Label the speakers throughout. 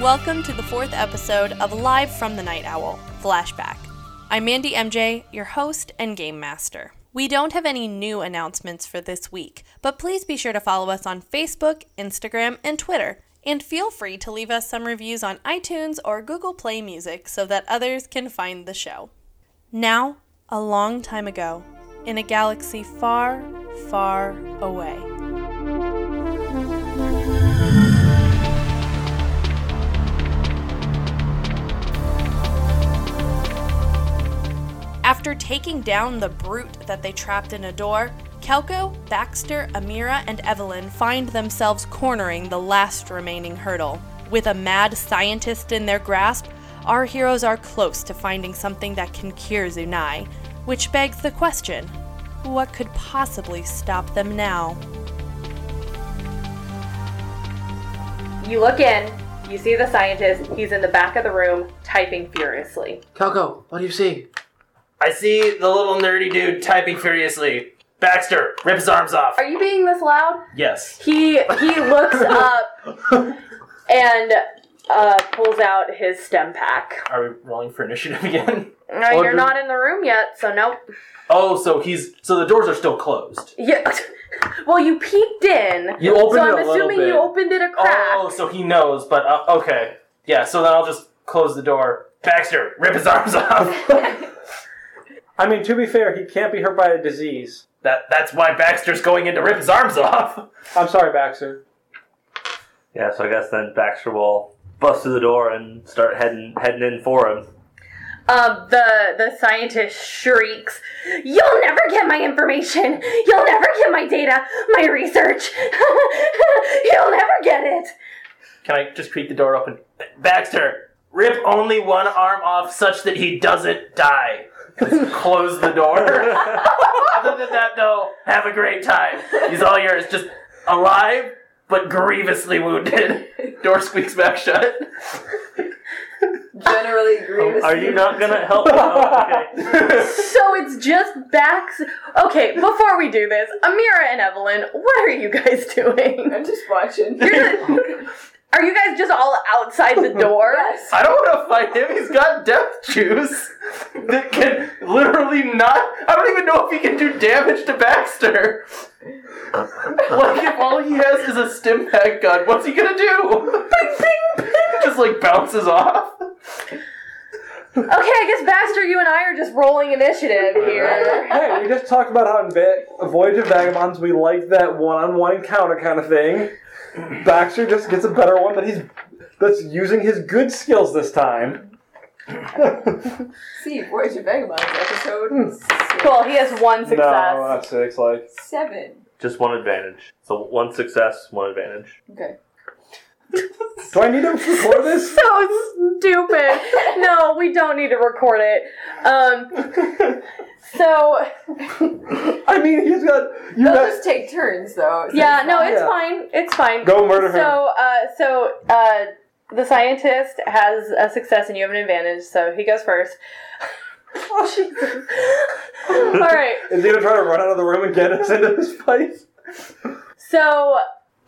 Speaker 1: welcome to the fourth episode of Live from the Night Owl Flashback. I'm Mandy MJ, your host and game master. We don't have any new announcements for this week, but please be sure to follow us on Facebook, Instagram, and Twitter. And feel free to leave us some reviews on iTunes or Google Play Music so that others can find the show. Now, a long time ago, in a galaxy far, far away. After taking down the brute that they trapped in a door, Kelko, Baxter, Amira, and Evelyn find themselves cornering the last remaining hurdle. With a mad scientist in their grasp, our heroes are close to finding something that can cure Zunai, which begs the question what could possibly stop them now?
Speaker 2: You look in, you see the scientist, he's in the back of the room typing furiously.
Speaker 3: Calco, what do you see?
Speaker 4: I see the little nerdy dude typing furiously. Baxter, rip his arms off.
Speaker 2: Are you being this loud?
Speaker 4: Yes.
Speaker 2: He he looks up and uh, pulls out his stem pack.
Speaker 4: Are we rolling for initiative again?
Speaker 2: No,
Speaker 3: Or
Speaker 2: you're
Speaker 3: do-
Speaker 2: not in the room yet, so nope.
Speaker 4: Oh, so he's so the doors are still closed.
Speaker 2: Yeah. Well, you peeked in.
Speaker 4: You opened
Speaker 2: so
Speaker 4: it a
Speaker 2: I'm
Speaker 4: little
Speaker 2: assuming
Speaker 4: bit.
Speaker 2: you opened it a crack.
Speaker 4: Oh, so he knows, but uh, okay. Yeah, so then I'll just close the door. Baxter, rip his arms off.
Speaker 5: I mean, to be fair, he can't be hurt by a disease.
Speaker 4: that that's why Baxter's going in to rip his arms off.
Speaker 5: I'm sorry, Baxter.
Speaker 6: Yeah, so I guess then Baxter will bust through the door and start heading heading in for him.
Speaker 2: Um, the the scientist shrieks, "You'll never get my information. You'll never get my data, my research. You'll never get it."
Speaker 4: Can I just creak the door open? Baxter, rip only one arm off such that he doesn't die. Just close the door. Other than that, though, have a great time. He's all yours. Just alive, but grievously wounded. Door squeaks back shut.
Speaker 7: Generally grievous.
Speaker 6: Oh, Are you not gonna help? me? Oh, okay.
Speaker 2: So it's just backs. Okay, before we do this, Amira and Evelyn, what are you guys doing?
Speaker 7: I'm just watching.
Speaker 2: You're- Are you guys just all outside the door?
Speaker 7: yes.
Speaker 4: I don't want to fight him. He's got death juice that can literally not. I don't even know if he can do damage to Baxter. Like, if all he has is a stim pack gun, what's he gonna do? Ping, ping, ping. Just like bounces off.
Speaker 2: Okay, I guess Baxter, you and I are just rolling initiative here.
Speaker 5: Hey, we just talked about how in Va- Voyage of Vagabonds we like that one-on-one encounter kind of thing. Baxter just gets a better one that he's that's using his good skills this time.
Speaker 7: See, Voyage of Vagabonds episode
Speaker 2: Hmm. Cool, he has one
Speaker 5: No, uh,
Speaker 2: success.
Speaker 5: not six. Like
Speaker 7: seven.
Speaker 6: Just one advantage. So one success, one advantage.
Speaker 7: Okay.
Speaker 5: Do I need to record this?
Speaker 2: so stupid. No, we don't need to record it. Um, so
Speaker 5: I mean, he's got you
Speaker 7: They'll
Speaker 5: got
Speaker 7: just take turns though. So
Speaker 2: yeah, no, it's
Speaker 5: Yeah.
Speaker 2: fine. It's fine.
Speaker 5: Go murder her.
Speaker 2: So, uh, so uh, the scientist has a success, and you have an advantage. So he goes first.
Speaker 5: Oh,
Speaker 2: All right.
Speaker 5: is he gonna try to run out of the room and get us into this fight?
Speaker 2: So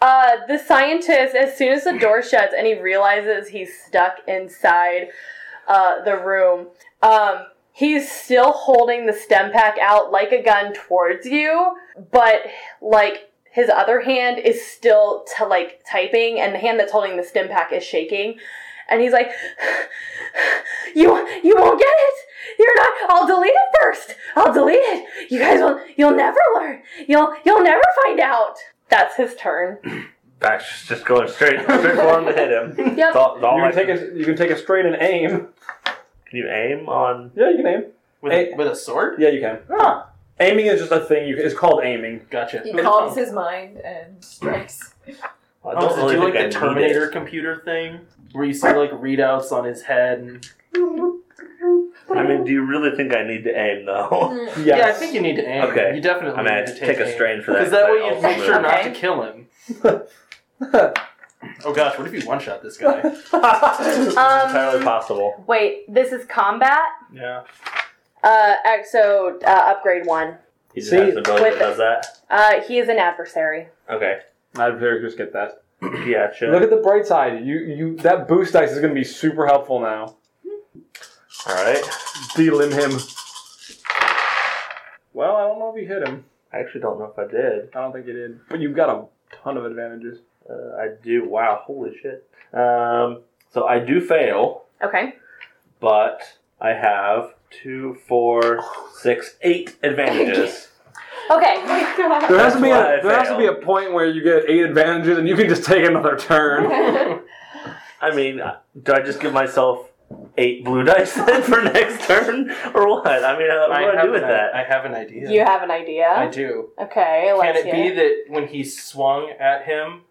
Speaker 2: uh, the scientist, as soon as the door shuts and he realizes he's stuck inside uh, the room, um, he's still holding the stem pack out like a gun towards you, but like his other hand is still to like typing, and the hand that's holding the stem pack is shaking. And he's like, "You you won't get it. You're not. I'll delete it first. I'll delete it. You guys will. You'll never learn. You'll you'll never find out." That's his turn.
Speaker 6: Baxter's just going straight, straight for him to hit him.
Speaker 2: Yep.
Speaker 6: It's all, it's all
Speaker 5: you
Speaker 6: I
Speaker 5: Oh, can take
Speaker 6: can,
Speaker 5: a you can take a straight and aim.
Speaker 6: can you aim on?
Speaker 5: Yeah, you can aim.
Speaker 4: With,
Speaker 5: Hey.
Speaker 4: with a sword?
Speaker 5: Yeah, you can.
Speaker 4: Huh.
Speaker 5: Aiming is just a thing. You, it's called aiming.
Speaker 4: Gotcha.
Speaker 7: He calms his mind and strikes.
Speaker 4: Oh,
Speaker 6: I don't
Speaker 4: does it
Speaker 6: really
Speaker 4: do like
Speaker 6: think I
Speaker 4: the
Speaker 6: need
Speaker 4: Terminator
Speaker 6: it.
Speaker 4: computer thing? Where you see like readouts on his head and
Speaker 6: I mean, do you really think I need to aim though?
Speaker 7: Mm.
Speaker 5: Yes.
Speaker 4: Yeah, I think you need to aim.
Speaker 6: Okay.
Speaker 4: You definitely
Speaker 6: I mean, I
Speaker 4: need
Speaker 6: just
Speaker 4: to
Speaker 6: take a strain for that.
Speaker 4: Because that way
Speaker 6: I
Speaker 4: you
Speaker 6: also
Speaker 4: make sure
Speaker 6: move.
Speaker 4: not to
Speaker 7: Okay.
Speaker 4: kill him. Oh gosh, what if you one shot this guy?
Speaker 6: It's entirely
Speaker 2: Um,
Speaker 6: possible.
Speaker 2: wait, this is combat.
Speaker 4: yeah.
Speaker 2: Uh, ex- so uh, upgrade one.
Speaker 6: He just
Speaker 5: See,
Speaker 6: has an ability
Speaker 2: with
Speaker 6: that does that.
Speaker 2: Uh, he is an adversary.
Speaker 6: Okay.
Speaker 5: I'd very just get that.
Speaker 6: Gotcha.
Speaker 5: Look at the bright side. You you that boost dice is going to be super helpful now.
Speaker 6: All right.
Speaker 5: Delim him. Well, I don't know if you hit him.
Speaker 6: I actually don't know if I did.
Speaker 5: I don't think you did, but you've got a ton of advantages.
Speaker 6: Uh, I do. Wow. Holy shit. Um, so I do fail.
Speaker 2: Okay.
Speaker 6: but I have two, four, six, eight advantages.
Speaker 2: Okay.
Speaker 5: There has to be
Speaker 6: That's why
Speaker 5: a,
Speaker 6: I
Speaker 5: there has to be
Speaker 6: failed.
Speaker 5: a point where you get eight advantages and you can just take another turn.
Speaker 6: I mean, uh, do I just give myself eight blue dice then for next turn, or what? I mean, uh, what do I do with
Speaker 4: an,
Speaker 6: that?
Speaker 4: I have an idea.
Speaker 2: You have an
Speaker 4: I
Speaker 2: idea?
Speaker 4: do.
Speaker 2: Okay,
Speaker 4: Can
Speaker 2: let's
Speaker 4: it
Speaker 2: hear
Speaker 4: be that when he swung at him,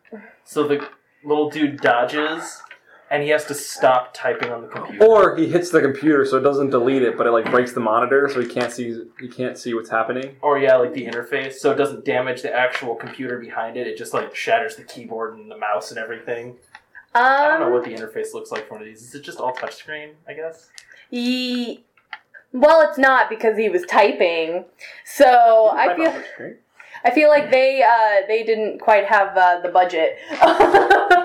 Speaker 4: so the little dude dodges, and he has to stop typing on the computer?
Speaker 5: Or he hits the computer so it doesn't delete it, but it like breaks the monitor so he can't see he can't see what's happening.
Speaker 4: Or yeah, like the interface, so it doesn't damage the actual computer behind it. It just like shatters the keyboard and the mouse and everything. I don't know
Speaker 2: Um,
Speaker 4: what the interface looks like for one of these. Is it just all touchscreen? I guess.
Speaker 2: ye- well, it's not because he was typing. So I feel I feel like they uh, they didn't quite have uh, the budget.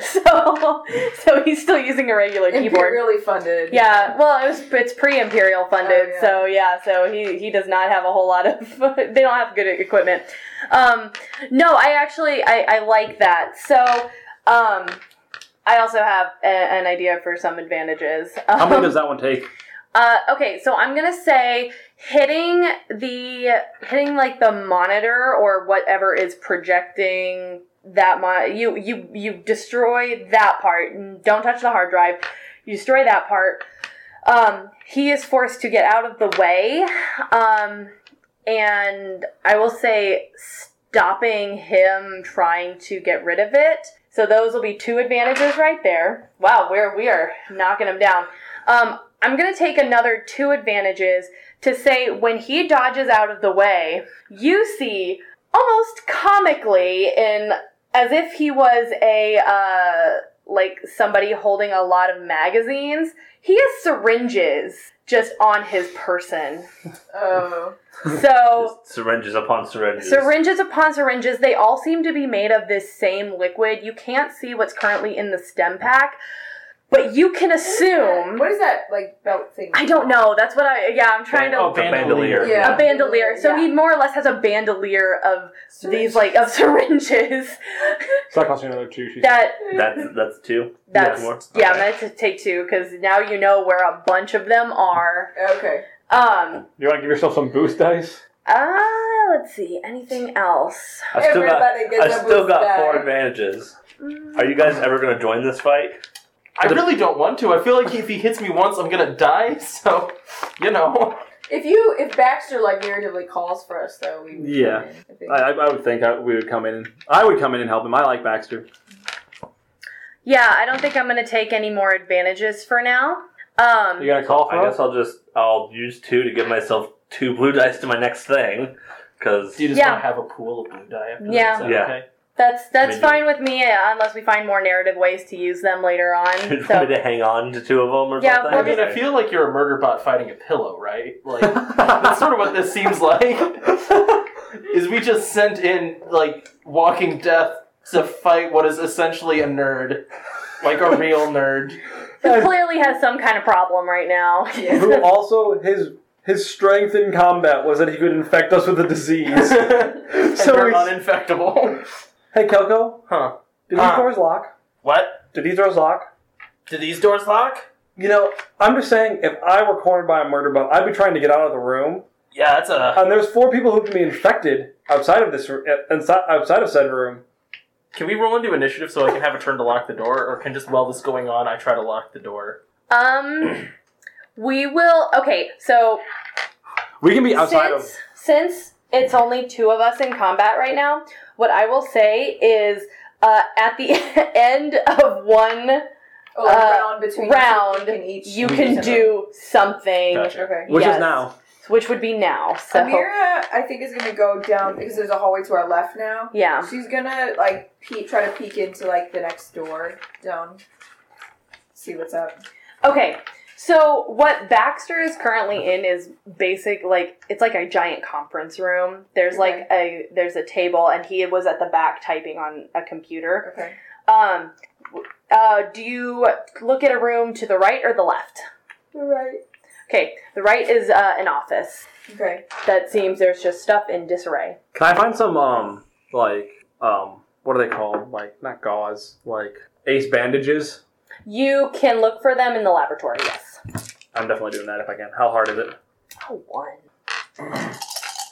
Speaker 2: so so he's still using a regular keyboard.
Speaker 7: Imperially funded.
Speaker 2: Yeah, well, it was it's pre-imperial funded,
Speaker 7: Oh, yeah.
Speaker 2: so yeah, so he he does not have a whole lot of they don't have good equipment. Um, no, I actually I, I like that. So um, I also have a, an idea for some advantages.
Speaker 5: How
Speaker 2: Um,
Speaker 5: many does that one take?
Speaker 2: uh, okay, so I'm gonna say hitting the hitting like the monitor or whatever is projecting that mon- you you you destroy that part. and Don't touch the hard drive. You destroy that part. Um, he is forced to get out of the way, um, and I will say stopping him trying to get rid of it. So those will be two advantages right there. Wow, we're we are knocking him down. Um, I'm going to take another two advantages to say when he dodges out of the way, you see almost comically in as if he was a uh, like somebody holding a lot of magazines. He has syringes just on his person.
Speaker 7: Oh.
Speaker 2: So
Speaker 6: Just syringes upon syringes.
Speaker 2: syringes upon syringes, they all seem to be made of this same liquid. You can't see what's currently in the stem pack, but you can assume
Speaker 7: What is that like belt thing?
Speaker 2: I don't know. That's what I yeah, I'm trying to
Speaker 4: Oh,
Speaker 6: The bandolier.
Speaker 7: Yeah.
Speaker 2: a bandolier. So he
Speaker 7: Yeah.
Speaker 2: more or less has a bandolier of these like of syringes
Speaker 5: So that costs you another two. She's
Speaker 2: that
Speaker 6: That's that's two.
Speaker 2: that's
Speaker 6: More?
Speaker 2: yeah,
Speaker 6: Okay.
Speaker 2: I'm gonna t- take two because now you know where a bunch of them are.
Speaker 7: Okay.
Speaker 2: Um
Speaker 5: You want to give yourself some boost dice?
Speaker 2: uh let's see, anything else.
Speaker 6: I still got.
Speaker 7: Everybody
Speaker 6: I
Speaker 7: gets a
Speaker 6: still
Speaker 7: boost
Speaker 6: got
Speaker 7: back.
Speaker 6: four advantages. Are you guys ever going to join this fight?
Speaker 4: I really don't want to. I feel like if he hits me once, I'm gonna die. So, you know.
Speaker 7: If you, if Baxter like narratively calls for us, though, we would
Speaker 5: Yeah.
Speaker 7: come in, I think.
Speaker 5: I, I I would think I, we would come in. And, I would come in and help him. I like Baxter.
Speaker 2: Yeah, I don't think I'm gonna take any more advantages for now. Um
Speaker 5: You gonna call for
Speaker 6: I guess
Speaker 5: us?
Speaker 6: I'll just I'll use two to give myself two blue dice to my next thing because
Speaker 4: Do you just
Speaker 2: Yeah.
Speaker 4: want to have a pool of blue dye after
Speaker 2: Yeah.
Speaker 4: that? Is that
Speaker 6: Yeah.
Speaker 4: okay?
Speaker 2: That's that's
Speaker 6: Maybe.
Speaker 2: fine with me, uh, unless we find more narrative ways to use them later on.
Speaker 6: Did you want me
Speaker 2: So
Speaker 6: to hang on to two of them or
Speaker 2: Yeah,
Speaker 6: something?
Speaker 2: we'll
Speaker 4: I mean, I feel like you're a murder bot fighting a pillow, right? Like, that's sort of what this seems like. is we just sent in, like, walking death to fight what is essentially a nerd. Like a real nerd.
Speaker 2: he clearly has some kind of problem right now.
Speaker 5: Who also his his strength in combat was that he could infect us with a disease.
Speaker 4: and
Speaker 5: So
Speaker 4: we're
Speaker 5: we-
Speaker 4: uninfectable.
Speaker 5: hey Kelko,
Speaker 4: Huh.
Speaker 5: did these
Speaker 4: Huh.
Speaker 5: doors lock?
Speaker 4: What?
Speaker 5: Did these doors lock?
Speaker 4: Do these doors lock?
Speaker 5: You know, I'm just saying, if I were cornered by a murder bot, I'd be trying to get out of the room.
Speaker 4: Yeah, that's a.
Speaker 5: And there's four people who can be infected outside of this, r- uh, inside- outside of said room.
Speaker 4: Can we roll into initiative so I can have a turn to lock the door, or can just while this is going on, I try to lock the door?
Speaker 2: Um, we will. Okay, so
Speaker 5: We can be outside
Speaker 2: since since it's only two of us in combat right now, what I will say is uh, at the end of one
Speaker 7: Oh, like
Speaker 2: uh,
Speaker 7: round between
Speaker 2: round,
Speaker 7: You can, each
Speaker 2: you can do something,
Speaker 4: Gotcha.
Speaker 7: Okay.
Speaker 5: of, which
Speaker 2: yes.
Speaker 5: is now.
Speaker 2: which would be now. So
Speaker 7: Amira, I think is gonna go down because there's a hallway to our left now.
Speaker 2: yeah,
Speaker 7: She's gonna like peek, try to peek into like the next door down, see what's up.
Speaker 2: okay. So what Baxter is currently in is basic like it's like a giant conference room. There's like a there's a table and he was at the back typing on a computer.
Speaker 7: Okay.
Speaker 2: Um, uh, do you look at a room to the right or the left?
Speaker 7: Right.
Speaker 2: Okay, the right is uh, an office
Speaker 7: Okay.
Speaker 2: that seems there's just stuff in disarray.
Speaker 5: Can I find some um like um what are they called? Like not gauze, like ace bandages.
Speaker 2: You can look for them in the laboratory. Yes.
Speaker 5: I'm definitely doing that if I can. How hard is it?
Speaker 2: Oh, one.
Speaker 5: I'm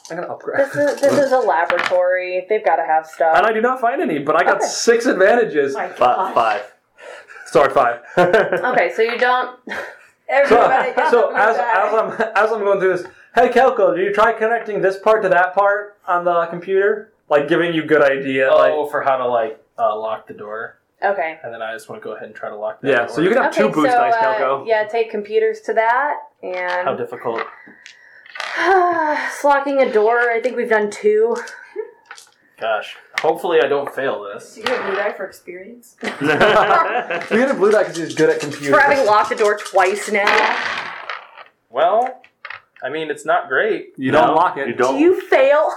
Speaker 5: gonna upgrade.
Speaker 2: This is this is a laboratory. They've got to have stuff.
Speaker 5: And I do not find any, but I got
Speaker 2: Okay.
Speaker 5: six advantages.
Speaker 7: My
Speaker 6: Five.
Speaker 7: God.
Speaker 6: five.
Speaker 5: Sorry, five.
Speaker 2: Okay, so you don't.
Speaker 7: Everybody
Speaker 5: So,
Speaker 7: gets
Speaker 5: so
Speaker 7: blue
Speaker 5: as,
Speaker 7: dye.
Speaker 5: as I'm as I'm going through this, hey Kelko, do you try connecting this part to that part on the computer? Like giving you good idea.
Speaker 4: Oh,
Speaker 5: Like
Speaker 4: for how to like uh, lock the door,
Speaker 2: Okay.
Speaker 4: and then I just want to go ahead and try to lock that.
Speaker 5: yeah,
Speaker 4: door.
Speaker 5: so you can have
Speaker 2: Okay,
Speaker 5: two boost
Speaker 2: so
Speaker 5: dice,
Speaker 2: uh,
Speaker 5: Kelko.
Speaker 2: yeah, take computers to that
Speaker 4: How
Speaker 2: and
Speaker 4: difficult?
Speaker 2: slocking a door. I think we've done two.
Speaker 4: Gosh. Hopefully, I don't fail this.
Speaker 7: Do you get a blue dye for experience?
Speaker 5: you get a blue die because he's good at computers.
Speaker 2: We're having locked a door twice now.
Speaker 4: Well, I mean, it's not great.
Speaker 5: you don't
Speaker 6: No,
Speaker 5: lock it.
Speaker 6: You
Speaker 2: Do
Speaker 6: don't.
Speaker 2: you fail?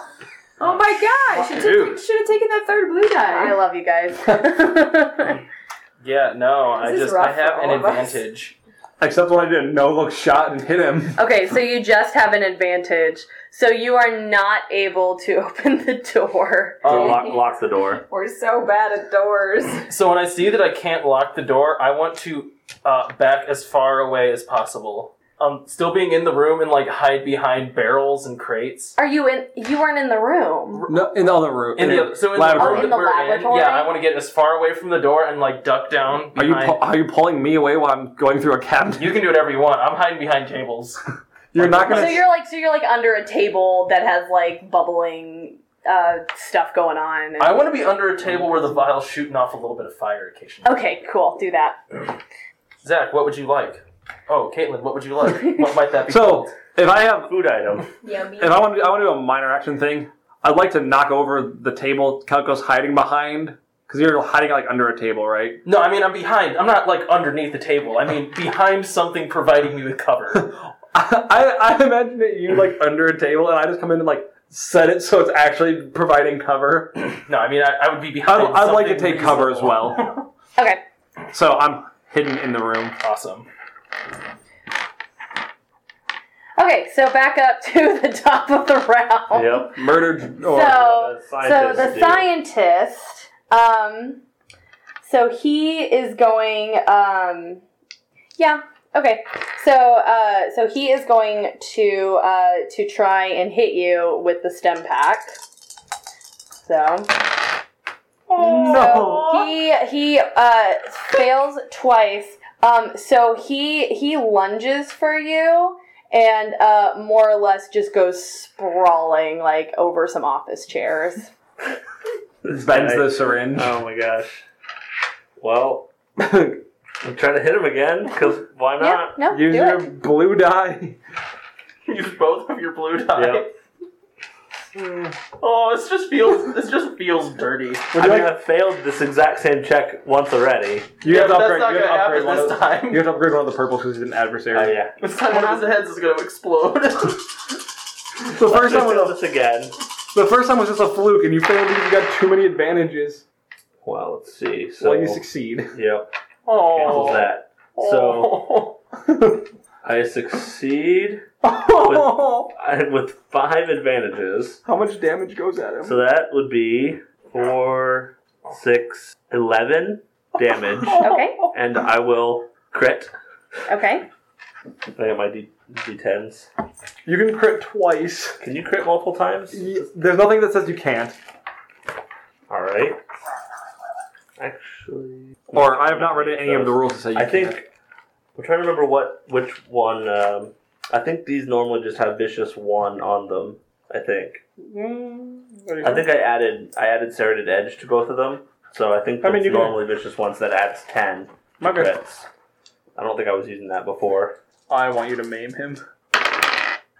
Speaker 7: Oh my gosh! Should
Speaker 4: Dude.
Speaker 7: have taken that third blue
Speaker 2: I
Speaker 7: dye.
Speaker 2: love you guys.
Speaker 4: Yeah, no. I
Speaker 7: This is
Speaker 4: just I
Speaker 7: rough for
Speaker 4: have an
Speaker 7: all of us.
Speaker 4: advantage.
Speaker 5: Except when I did a no look shot and hit him.
Speaker 2: okay, so you just have an advantage. So you are not able to open the door.
Speaker 6: So
Speaker 4: Um,
Speaker 6: lock, lock the door.
Speaker 7: We're so bad at doors.
Speaker 4: so when I see that I can't lock the door, I want to uh, back as far away as possible. Um, still being in the room and like hide behind barrels and crates.
Speaker 2: Are you in? You weren't in the room.
Speaker 5: No, in the other room.
Speaker 4: In the, so in the
Speaker 5: laboratory.
Speaker 4: room
Speaker 2: in
Speaker 4: that
Speaker 2: the
Speaker 4: we're in,
Speaker 2: laboratory?
Speaker 4: yeah, I want to get as far away from the door and like duck down.
Speaker 5: Are you
Speaker 4: behind-
Speaker 5: pu- are you pulling me away while I'm going through a cabinet?
Speaker 4: You can do whatever you want. I'm hiding behind tables.
Speaker 5: You're not gonna.
Speaker 2: So you're like, so you're like under a table that has like bubbling uh, stuff going on. and-
Speaker 4: I want to be under a table where the vial's shooting off a little bit of fire occasionally.
Speaker 2: okay, cool. Do that.
Speaker 4: Zach, what would you like? Oh, Caitlin, what would you like? what might that be?
Speaker 5: so
Speaker 4: called?
Speaker 5: if I have
Speaker 6: Food item.
Speaker 7: Yummy.
Speaker 5: if I want to I want to do a minor action thing, I'd like to knock over the table Kelko's hiding behind because you're hiding like under a table, right?
Speaker 4: no, I mean I'm behind. I'm not like underneath the table. I mean behind something providing me with cover.
Speaker 5: I, I imagine that you like under a table and I just come in and like set it so it's actually providing cover.
Speaker 4: No, I mean I, I would be
Speaker 5: I'd,
Speaker 4: behind.
Speaker 5: I'd like to
Speaker 4: something
Speaker 5: take cover as
Speaker 4: reasonable.
Speaker 5: well,
Speaker 2: Okay.
Speaker 5: so I'm hidden in the room.
Speaker 4: Awesome.
Speaker 2: Okay, so back up to the top of the round.
Speaker 6: Yep.
Speaker 5: Murdered or
Speaker 2: So,
Speaker 6: the
Speaker 2: so
Speaker 6: scientist
Speaker 2: the
Speaker 6: dude.
Speaker 2: scientist, um, so he is going, um, yeah, okay. So, uh, so he is going to, uh, to try and hit you with the stem pack. So, so
Speaker 5: no.
Speaker 2: he he uh, fails twice. Um, so he he lunges for you and uh, more or less just goes sprawling like over some office chairs.
Speaker 5: Bends the syringe.
Speaker 4: Uh,
Speaker 6: Oh my gosh. Well, I'm trying to hit him again because why
Speaker 2: Yeah,
Speaker 6: not?
Speaker 2: no,
Speaker 5: Use
Speaker 2: do
Speaker 5: your
Speaker 2: it.
Speaker 5: blue die.
Speaker 4: Use both of your blue dye.
Speaker 6: Yep.
Speaker 4: Oh, this just feels this just feels dirty.
Speaker 5: Would
Speaker 6: I
Speaker 5: you
Speaker 6: mean,
Speaker 5: like-
Speaker 6: I've failed this exact same check once already.
Speaker 5: You
Speaker 4: Yeah,
Speaker 5: have to
Speaker 4: but
Speaker 5: upgrade.
Speaker 4: that's not
Speaker 5: You have to
Speaker 4: gonna
Speaker 5: upgrade
Speaker 4: happen
Speaker 5: one of
Speaker 4: this Oh,
Speaker 5: the,
Speaker 4: time.
Speaker 5: You have to upgrade one of the purples because he's an adversary.
Speaker 6: yeah.
Speaker 4: This time one of his heads is gonna explode.
Speaker 5: The first time
Speaker 6: do
Speaker 5: was
Speaker 6: this again.
Speaker 5: a, the first time was just a fluke, and you failed because you got too many advantages.
Speaker 6: Well, let's see. So
Speaker 5: So you succeed.
Speaker 6: Yep. Cancels
Speaker 4: oh.
Speaker 6: that. So I succeed I- with five advantages.
Speaker 5: How much damage goes at him?
Speaker 6: So that would be four, six, eleven damage,
Speaker 2: Okay,
Speaker 6: and I will crit.
Speaker 2: okay.
Speaker 6: I got my D- d10s.
Speaker 5: you can crit twice.
Speaker 6: Can you crit multiple times?
Speaker 5: Y- There's nothing that says you can't.
Speaker 6: All right. Actually,
Speaker 5: Or I have not read any of the rules that say you
Speaker 6: I
Speaker 5: can't.
Speaker 6: think I'm trying to remember what which one. Um, I think these normally just have vicious one on them. I think.
Speaker 5: Mm,
Speaker 6: I think I added I added serrated edge to both of them, so I think
Speaker 5: I
Speaker 6: that's
Speaker 5: mean, you can-
Speaker 6: normally vicious ones that adds ten to
Speaker 5: Okay.
Speaker 6: crits. I don't think I was using that before.
Speaker 5: I want you to maim him.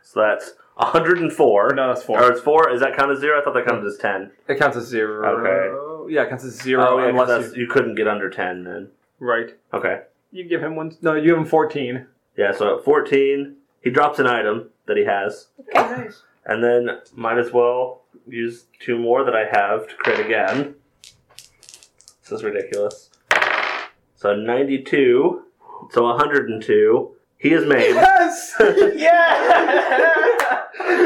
Speaker 6: So that's 104.
Speaker 5: No, that's four.
Speaker 6: Or it's four. Is that count as zero? I thought that counted as ten.
Speaker 5: It counts as zero. Okay. Yeah, it counts as zero
Speaker 6: Oh, yeah, 'cause
Speaker 5: unless
Speaker 6: that's- you couldn't get under ten then.
Speaker 5: you, right.
Speaker 6: Okay.
Speaker 5: You give him one. No, you give him fourteen.
Speaker 6: Yeah, so at 14, he drops an item that he has. And then might as well use two more that I have to crit again. This is ridiculous. So 92. So 102. He is maimed.
Speaker 5: Yes!
Speaker 4: Yeah!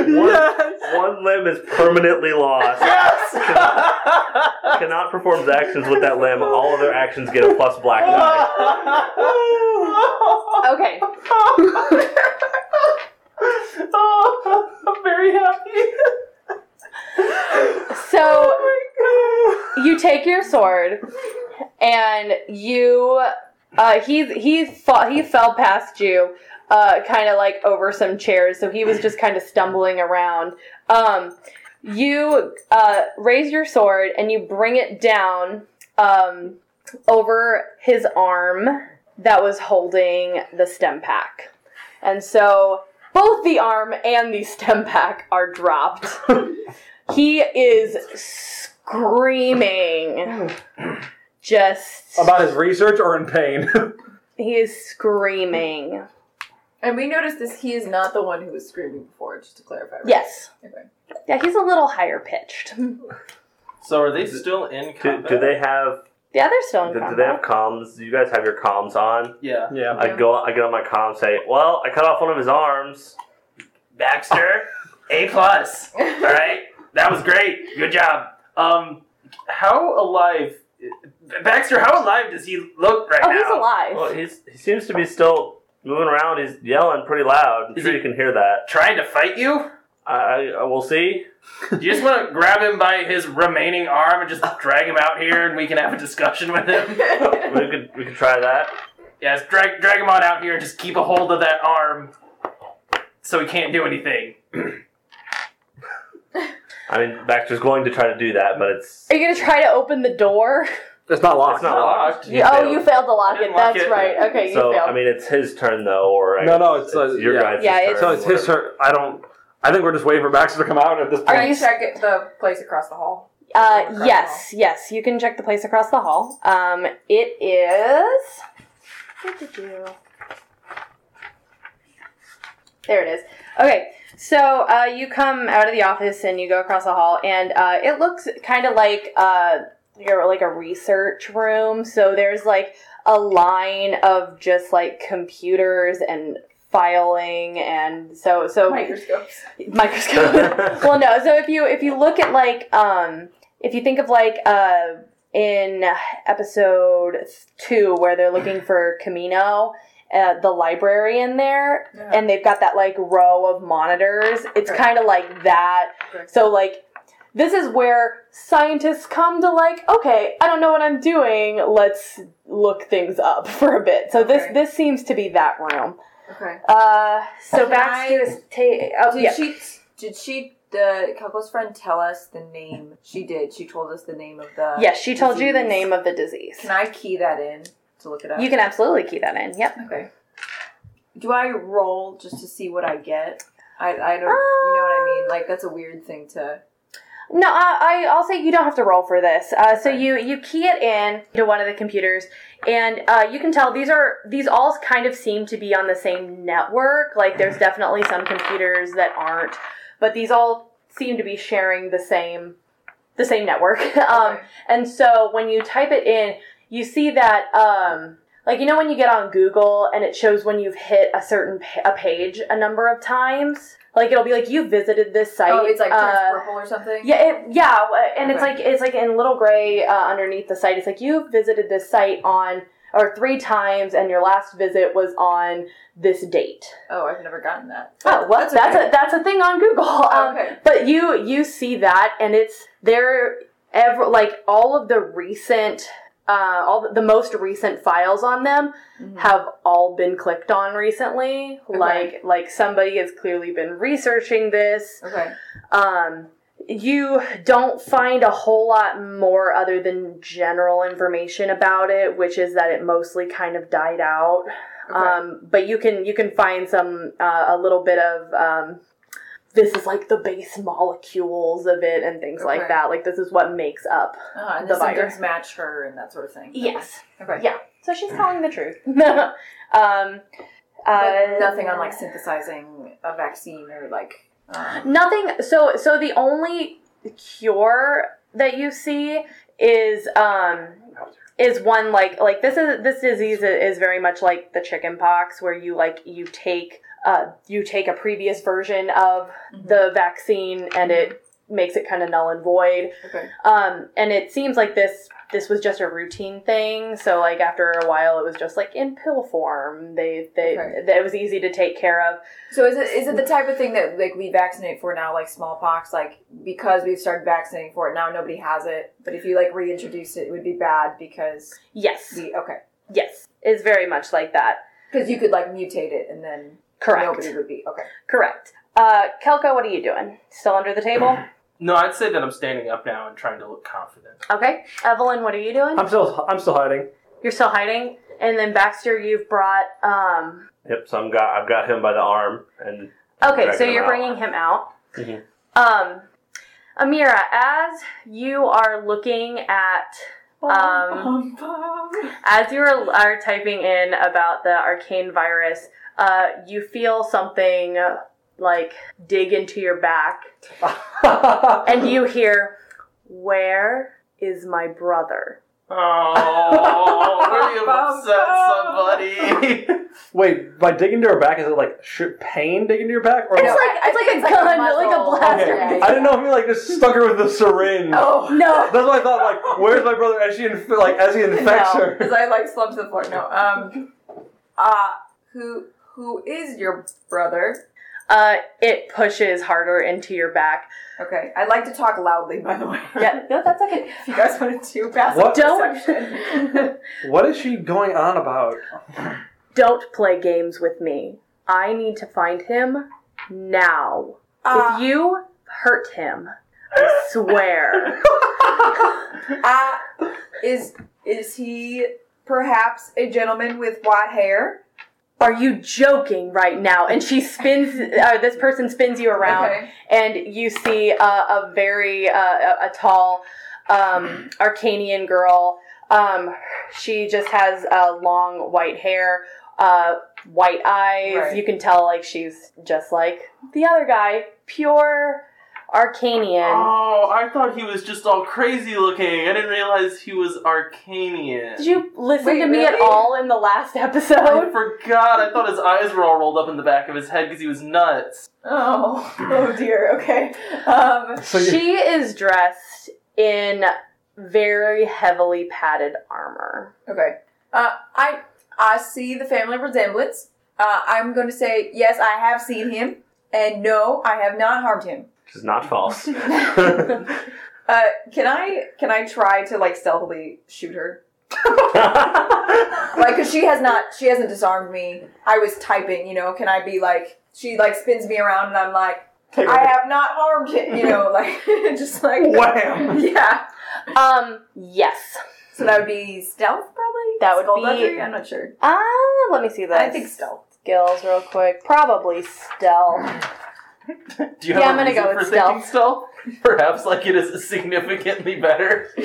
Speaker 5: yes!
Speaker 6: One limb is permanently lost.
Speaker 4: yes!
Speaker 6: Cannot perform his actions with that limb. All other actions get a plus black die.
Speaker 7: Okay.
Speaker 4: oh, I'm very happy. Oh
Speaker 2: So you take your sword and you uh he's he fought, he fell past you uh kind of like over some chairs so he was just kind of stumbling around um you uh raise your sword and you bring it down um over his arm that was holding the stem pack and so both the arm and the stem pack are dropped he is screaming. Just
Speaker 5: About his research or in pain?
Speaker 2: he is screaming.
Speaker 7: And we noticed this. He is not the one who was screaming before. Just to clarify. right?
Speaker 2: Yes.
Speaker 7: Okay.
Speaker 2: Yeah, he's a little higher pitched.
Speaker 4: So are they still in
Speaker 6: Do,
Speaker 4: combat?
Speaker 6: do they have
Speaker 2: Yeah, they're still
Speaker 6: do,
Speaker 2: in
Speaker 6: do they have
Speaker 2: combat.
Speaker 6: comms? Do you guys have your comms on?
Speaker 4: Yeah.
Speaker 5: yeah.
Speaker 6: I go I get on my comms say, Well, I cut off one of his arms.
Speaker 4: Baxter, A plus. All right, that was great. Good job. Um, how alive, Baxter? How alive does he look right
Speaker 2: Oh,
Speaker 4: now?
Speaker 2: he's alive.
Speaker 6: Well he's he seems to be still moving around, he's yelling pretty loud. I'm
Speaker 4: Is
Speaker 6: sure
Speaker 4: he-
Speaker 6: you can hear that.
Speaker 4: Trying to fight you?
Speaker 6: I, I, I will see.
Speaker 4: You just want to grab him by his remaining arm and just drag him out here, and we can have a discussion with him.
Speaker 6: We could we could try that.
Speaker 4: Yes, drag drag him on out here and just keep a hold of that arm, so he can't do anything.
Speaker 6: I mean Baxter's going to try to do that, but it's
Speaker 2: Are you gonna try to open the door?
Speaker 5: It's not locked.
Speaker 6: it's not locked.
Speaker 4: Locked.
Speaker 6: He
Speaker 2: oh,
Speaker 6: failed.
Speaker 2: you failed to lock
Speaker 4: I
Speaker 2: it.
Speaker 4: didn't lock
Speaker 2: That's
Speaker 4: it.
Speaker 2: right. Okay, you
Speaker 6: So
Speaker 2: failed.
Speaker 6: I mean, it's his turn though, or I
Speaker 5: No, no,
Speaker 6: guess
Speaker 5: it's, uh,
Speaker 6: your
Speaker 5: yeah.
Speaker 6: guys'
Speaker 2: Yeah,
Speaker 6: turn.
Speaker 2: it's-
Speaker 5: so it's his turn. I don't. I think we're just waiting for Baxter to come out at this point.
Speaker 7: Are you check it, the place across the hall?
Speaker 2: uh,
Speaker 7: Across
Speaker 2: yes, yes. You can check the place across the hall. Um, it is. There it is. Okay, so uh, you come out of the office and you go across the hall, and uh, it looks kind of like uh, you know, like a research room. So there's like a line of just like computers and filing, and so
Speaker 7: the
Speaker 2: so
Speaker 7: hall. Microscopes.
Speaker 2: microscope. well, no. So if you if you look at like um if you think of like uh in episode two where they're looking for Camino, uh, the library in there,
Speaker 7: Yeah.
Speaker 2: and they've got that like row of monitors. It's
Speaker 7: Right.
Speaker 2: kind of like that.
Speaker 7: Right.
Speaker 2: So like. This is where scientists come to like, okay, I don't know what I'm doing. Let's look things up for a bit. So this
Speaker 7: Okay.
Speaker 2: this seems to be that room.
Speaker 7: okay.
Speaker 2: Uh, so
Speaker 7: Can
Speaker 2: back to
Speaker 7: I-
Speaker 2: his ta- oh,
Speaker 7: Did
Speaker 2: yeah.
Speaker 7: she? Did she? The Coco's friend tell us the name. She did. She told us the name of the.
Speaker 2: Yes, she told you the
Speaker 7: disease.
Speaker 2: name of the disease.
Speaker 7: Can I key that in to look it up?
Speaker 2: You can absolutely key that in. Yep.
Speaker 7: Okay. Do I roll just to see what I get? I, I don't. You know what I mean? Like that's a weird thing to.
Speaker 2: No, I, I, I'll say you don't have to roll for this. Uh, so
Speaker 7: Okay.
Speaker 2: you you key it in to one of the computers, and uh, you can tell these are these all kind of seem to be on the same network. Like there's
Speaker 7: Mm-hmm.
Speaker 2: definitely some computers that aren't, but these all seem to be sharing the same the same network. um,
Speaker 7: Okay.
Speaker 2: And so when you type it in, you see that, um, like, you know, when you get on Google and it shows when you've hit a certain pa- a page a number of times, like, it'll be like, you visited this site.
Speaker 7: oh, it's like turns
Speaker 2: uh,
Speaker 7: purple or something.
Speaker 2: yeah, it, yeah, uh, and it's
Speaker 7: Okay.
Speaker 2: like it's like in little gray uh, underneath the site. It's like you visited this site on or three times, and your last visit was on this date.
Speaker 7: Oh, I've never gotten that.
Speaker 2: Oh, well, that's,
Speaker 7: okay. Oh,
Speaker 2: a that's a thing on Google. Um,
Speaker 7: okay.
Speaker 2: but you you see that, and it's there. Ever like all of the recent, uh, all the, the most recent files on them
Speaker 7: Mhm.
Speaker 2: have all been clicked on recently.
Speaker 7: Okay.
Speaker 2: Like like somebody has clearly been researching this.
Speaker 7: Okay.
Speaker 2: Um, you don't find a whole lot more other than general information about it, which is that it mostly kind of died out.
Speaker 7: Okay.
Speaker 2: Um, but you can you can find some uh, a little bit of um, this is like the base molecules of it and things like
Speaker 7: Okay.
Speaker 2: that. Like this is what makes up.
Speaker 7: uh, and
Speaker 2: the
Speaker 7: the,
Speaker 2: buyer.
Speaker 7: symptoms match her and that sort of thing.
Speaker 2: Yes.
Speaker 7: Okay.
Speaker 2: Yeah. So she's telling the truth. um, uh,
Speaker 7: But nothing on like synthesizing a vaccine or like. Um,
Speaker 2: Nothing. So so the only cure that you see is um is one like like this is this disease i- is very much like the chicken pox where you like you take uh you take a previous version of the vaccine and it makes it kind of null and void
Speaker 7: Okay.
Speaker 2: um and it seems like this this was just a routine thing so like after a while it was just like in pill form they they
Speaker 7: Okay.
Speaker 2: that it was easy to take care of
Speaker 7: So is it is it the type of thing that like we vaccinate for now, like smallpox, like because we've started vaccinating for it now, nobody has it. But if you like reintroduce it, it would be bad because
Speaker 2: yes
Speaker 7: we okay
Speaker 2: yes is very much like that
Speaker 7: because you could like mutate it and then
Speaker 2: correct
Speaker 7: nobody would be okay.
Speaker 2: Correct. Uh, Kelko, what are you doing? Still under the table?
Speaker 4: No, I'd say that I'm standing up now and trying to look confident.
Speaker 2: okay. Evelyn, what are you
Speaker 6: Uh,
Speaker 2: doing?
Speaker 5: I'm still I'm still hiding.
Speaker 2: You're still hiding. And then Baxter, you've brought. Um,
Speaker 6: Yep. So I'm got I've got him by the arm and
Speaker 2: okay, so
Speaker 6: Dragging him
Speaker 2: you're
Speaker 6: out.
Speaker 2: bringing him out.
Speaker 6: Mhm.
Speaker 2: Um, Amira, as you are looking at. Um, as you are, are typing in about the arcane virus, uh, you feel something uh, like dig into your back, and you hear, Where is my brother?
Speaker 4: Oh, where you upset somebody?
Speaker 5: Wait, by digging to her back, is it like sh- pain digging to your back? Or
Speaker 2: It's
Speaker 7: No,
Speaker 2: like
Speaker 7: I- I
Speaker 2: it's like a
Speaker 7: think it's like a
Speaker 2: gun, like a,
Speaker 7: muzzle.
Speaker 2: blaster.
Speaker 7: Okay.
Speaker 5: I didn't know if you like just stuck her with a syringe.
Speaker 7: Oh
Speaker 2: No,
Speaker 5: That's what I thought. Like, where's my brother? As she inf- like as he infects
Speaker 7: no,
Speaker 5: her.
Speaker 7: because I like slumped to the floor. No, um, uh, who who is your brother?
Speaker 2: uh, it pushes harder into your back.
Speaker 7: Okay, I like to talk loudly, by the way.
Speaker 2: Yeah, no, that's okay.
Speaker 7: if you guys wanted to pass
Speaker 5: What?
Speaker 2: Don't-
Speaker 7: perception.
Speaker 5: What is she going on about?
Speaker 2: Don't play games with me. I need to find him now.
Speaker 7: Uh,
Speaker 2: if you hurt him, I swear.
Speaker 7: Uh, is is he perhaps a gentleman with white hair?
Speaker 2: Are you joking right now? And she spins. Uh, this person spins you around.
Speaker 7: Okay.
Speaker 2: and you see uh, a very uh, a, a tall um, Arcanian girl. Um, she just has uh, long white hair, uh, white eyes.
Speaker 7: Right.
Speaker 2: You can tell like she's just like the other guy, pure Arcanian.
Speaker 4: Oh, I thought he was just all crazy looking. I didn't realize he was Arcanian.
Speaker 2: Did you listen
Speaker 7: Wait,
Speaker 2: to me at
Speaker 7: really?
Speaker 2: all in the last
Speaker 4: I
Speaker 2: episode?
Speaker 4: forgot. I thought his eyes were all rolled up in the back of his head because he was nuts.
Speaker 7: Oh, oh dear. Okay. Um,
Speaker 5: So you,
Speaker 2: she is dressed in very heavily padded armor.
Speaker 7: okay. Uh, I I see the family resemblance. Uh, I'm going to say yes, I have seen him, and no, I have not harmed him.
Speaker 6: which is not false.
Speaker 7: Uh, can I can I try to like stealthily shoot her? Like, cause she has not she hasn't disarmed me. I was typing, you know. Can I be like she like spins me around and I'm like
Speaker 5: Take
Speaker 7: I
Speaker 5: her-
Speaker 7: have not harmed him, you know, like just like
Speaker 5: Wham!
Speaker 7: yeah.
Speaker 2: Um, yes.
Speaker 7: So that would be stealth, probably.
Speaker 2: That would be-
Speaker 7: Skullbuggery? I'm not sure.
Speaker 2: Uh, let me see this.
Speaker 7: I think stealth.
Speaker 2: skills real quick. Probably stealth.
Speaker 4: Do you
Speaker 2: Yeah,
Speaker 4: have
Speaker 2: I'm
Speaker 4: a
Speaker 2: gonna
Speaker 4: reason
Speaker 2: go
Speaker 4: for
Speaker 2: with
Speaker 4: thinking stealth? Perhaps like it is significantly better.
Speaker 7: Uh,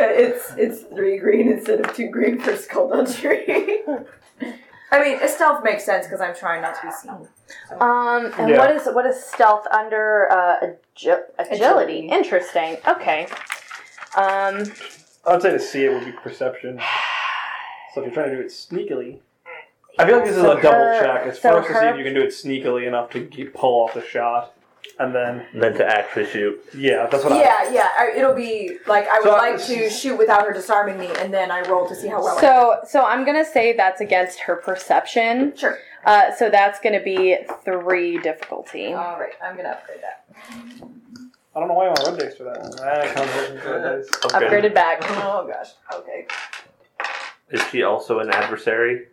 Speaker 7: It's it's three green instead of two green for skullbuggery. I mean, stealth makes sense because I'm trying not to be seen.
Speaker 2: Um, and
Speaker 5: Yeah.
Speaker 2: what is what is stealth under uh, agi- agility?
Speaker 7: Agility.
Speaker 2: Interesting. Okay. Um,
Speaker 5: I'd say to see it would be perception. So if you're trying to do it sneakily, I feel like this is
Speaker 2: So
Speaker 5: a double
Speaker 2: her-
Speaker 5: check. It's
Speaker 2: so
Speaker 5: first to see
Speaker 2: her-
Speaker 5: if you can do it sneakily enough to get, pull off the shot, and then
Speaker 6: Meant to actually shoot.
Speaker 5: yeah, that's what I.
Speaker 7: Yeah, yeah. I, it'll be like I would
Speaker 5: So I-
Speaker 7: like to shoot without her disarming me, and then I roll to see how well. I
Speaker 2: so so I'm gonna say that's against her perception.
Speaker 7: Sure.
Speaker 2: Uh, so that's gonna be three difficulty.
Speaker 7: All right, I'm gonna upgrade that.
Speaker 5: I don't know why I'm on red dice for that. Ah, conversations for red dice.
Speaker 2: Upgraded back.
Speaker 7: Oh gosh. Okay.
Speaker 6: Is she also an adversary?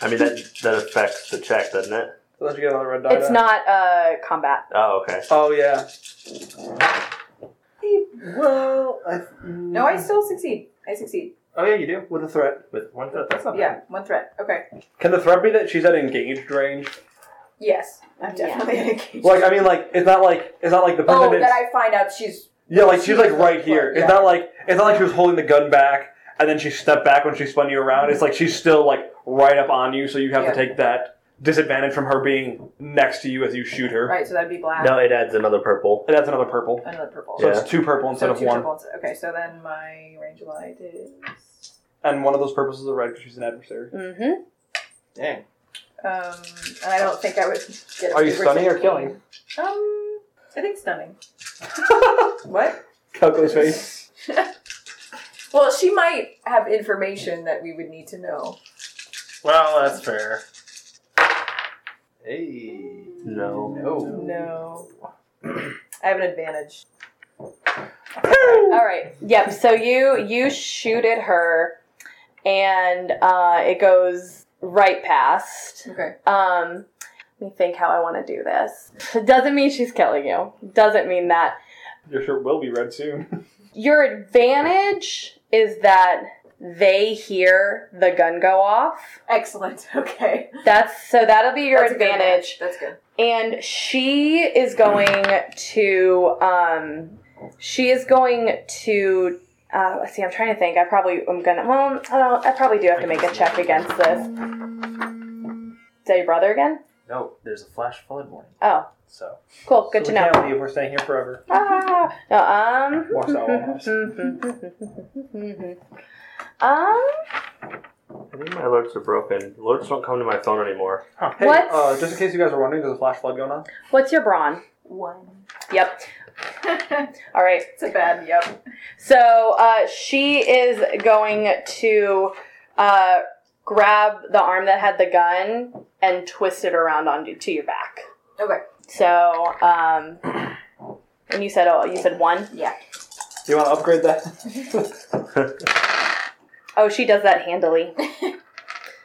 Speaker 6: I mean that that affects the check, doesn't it?
Speaker 5: So let you get another red die.
Speaker 2: It's
Speaker 5: die.
Speaker 2: not uh combat.
Speaker 6: Oh, okay.
Speaker 5: Oh yeah. Well, I.
Speaker 7: No, I still succeed. I succeed.
Speaker 5: Oh yeah, you do with a threat.
Speaker 6: With one threat, that's not
Speaker 7: Yeah, one threat. Okay.
Speaker 5: Can the threat be that she's at engaged range?
Speaker 7: Yes, I'm
Speaker 2: Yeah.
Speaker 7: definitely engaged.
Speaker 5: Like, I mean, like it's not like it's not like the person.
Speaker 7: oh,
Speaker 5: is-
Speaker 7: that I find out she's
Speaker 5: Yeah, like she's like
Speaker 7: She's
Speaker 5: right
Speaker 7: like,
Speaker 5: here.
Speaker 7: yeah.
Speaker 5: It's not like it's not like she was holding the gun back and then she stepped back when she spun you around. It's like she's still like right up on you, so you have
Speaker 7: Yeah.
Speaker 5: to take that disadvantage from her being next to you as you shoot her.
Speaker 7: Right, so that'd be black.
Speaker 6: No, it adds another purple.
Speaker 5: And that's another purple.
Speaker 7: Another purple.
Speaker 5: So
Speaker 6: Yeah.
Speaker 5: it's two purple instead
Speaker 7: So
Speaker 5: of
Speaker 7: two
Speaker 5: one.
Speaker 7: purples. Okay, so then my range of light is
Speaker 5: And one of those purples is a red because she's an adversary.
Speaker 2: Mm-hmm.
Speaker 4: Dang.
Speaker 7: um and I don't think I would get a
Speaker 5: Are you
Speaker 7: super
Speaker 5: stunning or
Speaker 7: 16.
Speaker 5: killing?
Speaker 7: Um I think stunning. what?
Speaker 5: Calculus face.
Speaker 7: Well, she might have information that we would need to know.
Speaker 4: Well, that's fair. Hey.
Speaker 6: No.
Speaker 4: No.
Speaker 7: No. I have an advantage.
Speaker 2: All right. Yep. So you you shoot at her, and uh, it goes right past.
Speaker 7: Okay.
Speaker 2: Um, let me think how I want to do this. Doesn't mean she's killing you. Doesn't mean that.
Speaker 5: Your shirt will be red soon.
Speaker 2: Your advantage is that they hear the gun go off.
Speaker 7: Excellent. Okay.
Speaker 2: That's so that'll be your
Speaker 7: That's a good match.
Speaker 2: advantage.
Speaker 7: That's good.
Speaker 2: And she is going to um she is going to uh, let's see, I'm trying to think. I probably am gonna well, I don't I probably do have to make a check against this. Is that your brother again?
Speaker 4: No, there's a flash flood warning.
Speaker 2: Oh,
Speaker 4: So
Speaker 2: cool, good
Speaker 5: So
Speaker 2: to
Speaker 5: we
Speaker 2: know.
Speaker 5: Can't leave. We're staying here forever.
Speaker 2: Ah, no, um
Speaker 5: Wash that one off.
Speaker 2: um
Speaker 6: I think my alerts are broken. Alerts don't come to my phone anymore.
Speaker 5: Huh. Hey,
Speaker 2: What's-
Speaker 5: uh, just in case you guys are wondering, there's a flash flood going on.
Speaker 2: what's your brawn?
Speaker 7: One.
Speaker 2: Yep.
Speaker 7: it's
Speaker 2: All right.
Speaker 7: a bad yep.
Speaker 2: So uh, she is going to uh, grab the arm that had the gun and twist it around onto to your back.
Speaker 7: Okay.
Speaker 2: So, um, and you said, oh, you said one.
Speaker 7: Yeah.
Speaker 5: Do you want to upgrade that?
Speaker 2: Oh, she does that handily.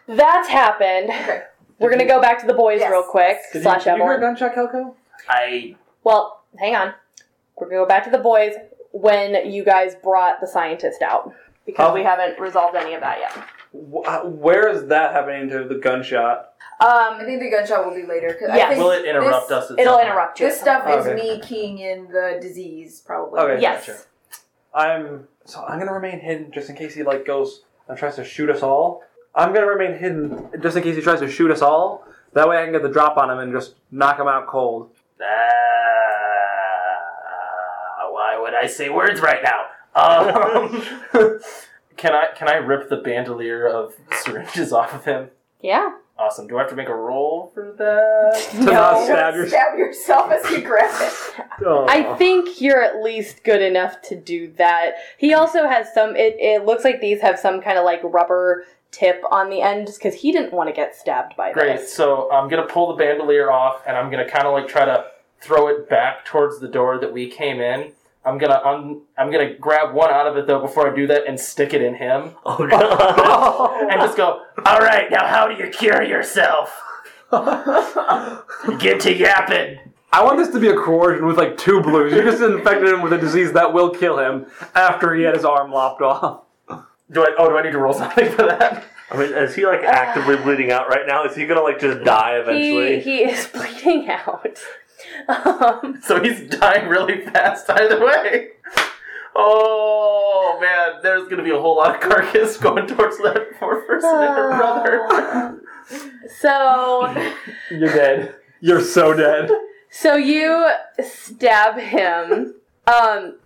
Speaker 2: That's happened.
Speaker 7: Okay.
Speaker 2: We're gonna go back to the boys
Speaker 7: Yes.
Speaker 2: real quick.
Speaker 5: Did
Speaker 2: slash
Speaker 5: you, did you hear a
Speaker 2: Evelyn.
Speaker 5: gunshot, Kelko?
Speaker 4: I
Speaker 2: Well, hang on. We're gonna go back to the boys when you guys brought the scientist out because
Speaker 5: Oh.
Speaker 2: we haven't resolved any of that yet.
Speaker 5: Wh- uh, Where is that happening to the gunshot?
Speaker 7: I
Speaker 2: Um,
Speaker 7: think the gunshot will be later. 'cause
Speaker 2: Yes.
Speaker 7: I think
Speaker 4: will it interrupt
Speaker 7: this,
Speaker 4: us? at
Speaker 2: it'll
Speaker 4: some point?
Speaker 2: interrupt you.
Speaker 7: This stuff
Speaker 5: Okay.
Speaker 7: is me keying in the disease, probably.
Speaker 5: Okay.
Speaker 2: yes.
Speaker 4: Gotcha.
Speaker 5: I'm so I'm gonna remain hidden just in case he like goes and tries to shoot us all. I'm gonna remain hidden just in case he tries to shoot us all. That way I can get the drop on him and just knock him out cold.
Speaker 4: Ah, why would I say words right now? Um, can I can I rip the bandolier of syringes off of him?
Speaker 2: Yeah.
Speaker 4: Awesome. Do I have to make a roll for that?
Speaker 5: To not stab
Speaker 7: Don't
Speaker 5: your.
Speaker 7: stab yourself as you grab it.
Speaker 5: Oh.
Speaker 2: I think you're at least good enough to do that. He also has some, it, it looks like these have some kind of like rubber tip on the end because he didn't want to get stabbed by
Speaker 4: Great.
Speaker 2: this.
Speaker 4: So I'm gonna pull the bandolier off, and I'm gonna kind of like try to throw it back towards the door that we came in. I'm gonna un- I'm gonna grab one out of it though before I do that and stick it in him
Speaker 6: Oh
Speaker 5: Oh.
Speaker 6: no.
Speaker 4: and just go. All right, now how do you cure yourself? Get to yapping.
Speaker 5: I want this to be a coercion with like two blues. You just infected him with a disease that will kill him after he had his arm lopped off.
Speaker 4: Do I? Oh, do I need to roll something for that?
Speaker 6: I mean, is he like actively bleeding out right now? Is he gonna like just die
Speaker 2: He,
Speaker 6: eventually?
Speaker 2: he is bleeding out. Um,
Speaker 4: So he's dying really fast either way. Oh man, there's gonna be a whole lot of carcass going towards that poor person and her brother.
Speaker 2: so,
Speaker 5: You're dead. You're so dead.
Speaker 2: so you stab him. Um,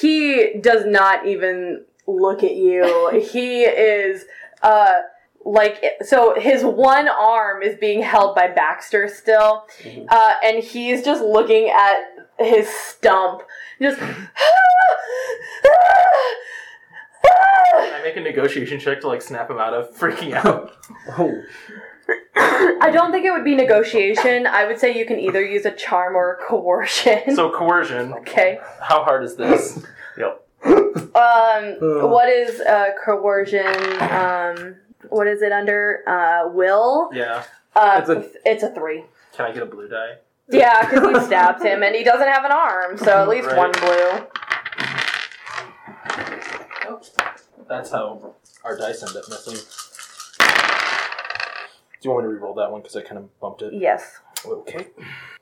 Speaker 2: he does not even look at you. He is, uh, like so his one arm is being held by Baxter still uh, and he's just looking at his stump just
Speaker 4: Can I make a negotiation check to like snap him out of freaking out?
Speaker 5: Oh.
Speaker 2: I don't think it would be negotiation. I would say you can either use a charm or a coercion.
Speaker 4: So coercion.
Speaker 2: okay.
Speaker 4: How hard is this?
Speaker 6: Yep.
Speaker 2: Um what is uh coercion um what is it under uh will?
Speaker 4: Yeah.
Speaker 2: Uh
Speaker 5: It's a-
Speaker 2: it's a 3.
Speaker 4: Can I get a blue die?
Speaker 2: Yeah, because you stabbed him and he doesn't have an arm, so at least
Speaker 4: Right.
Speaker 2: one blue.
Speaker 4: That's how our dice end up missing. Do you want me to re-roll that one because I kind of bumped it?
Speaker 2: Yes.
Speaker 4: Okay.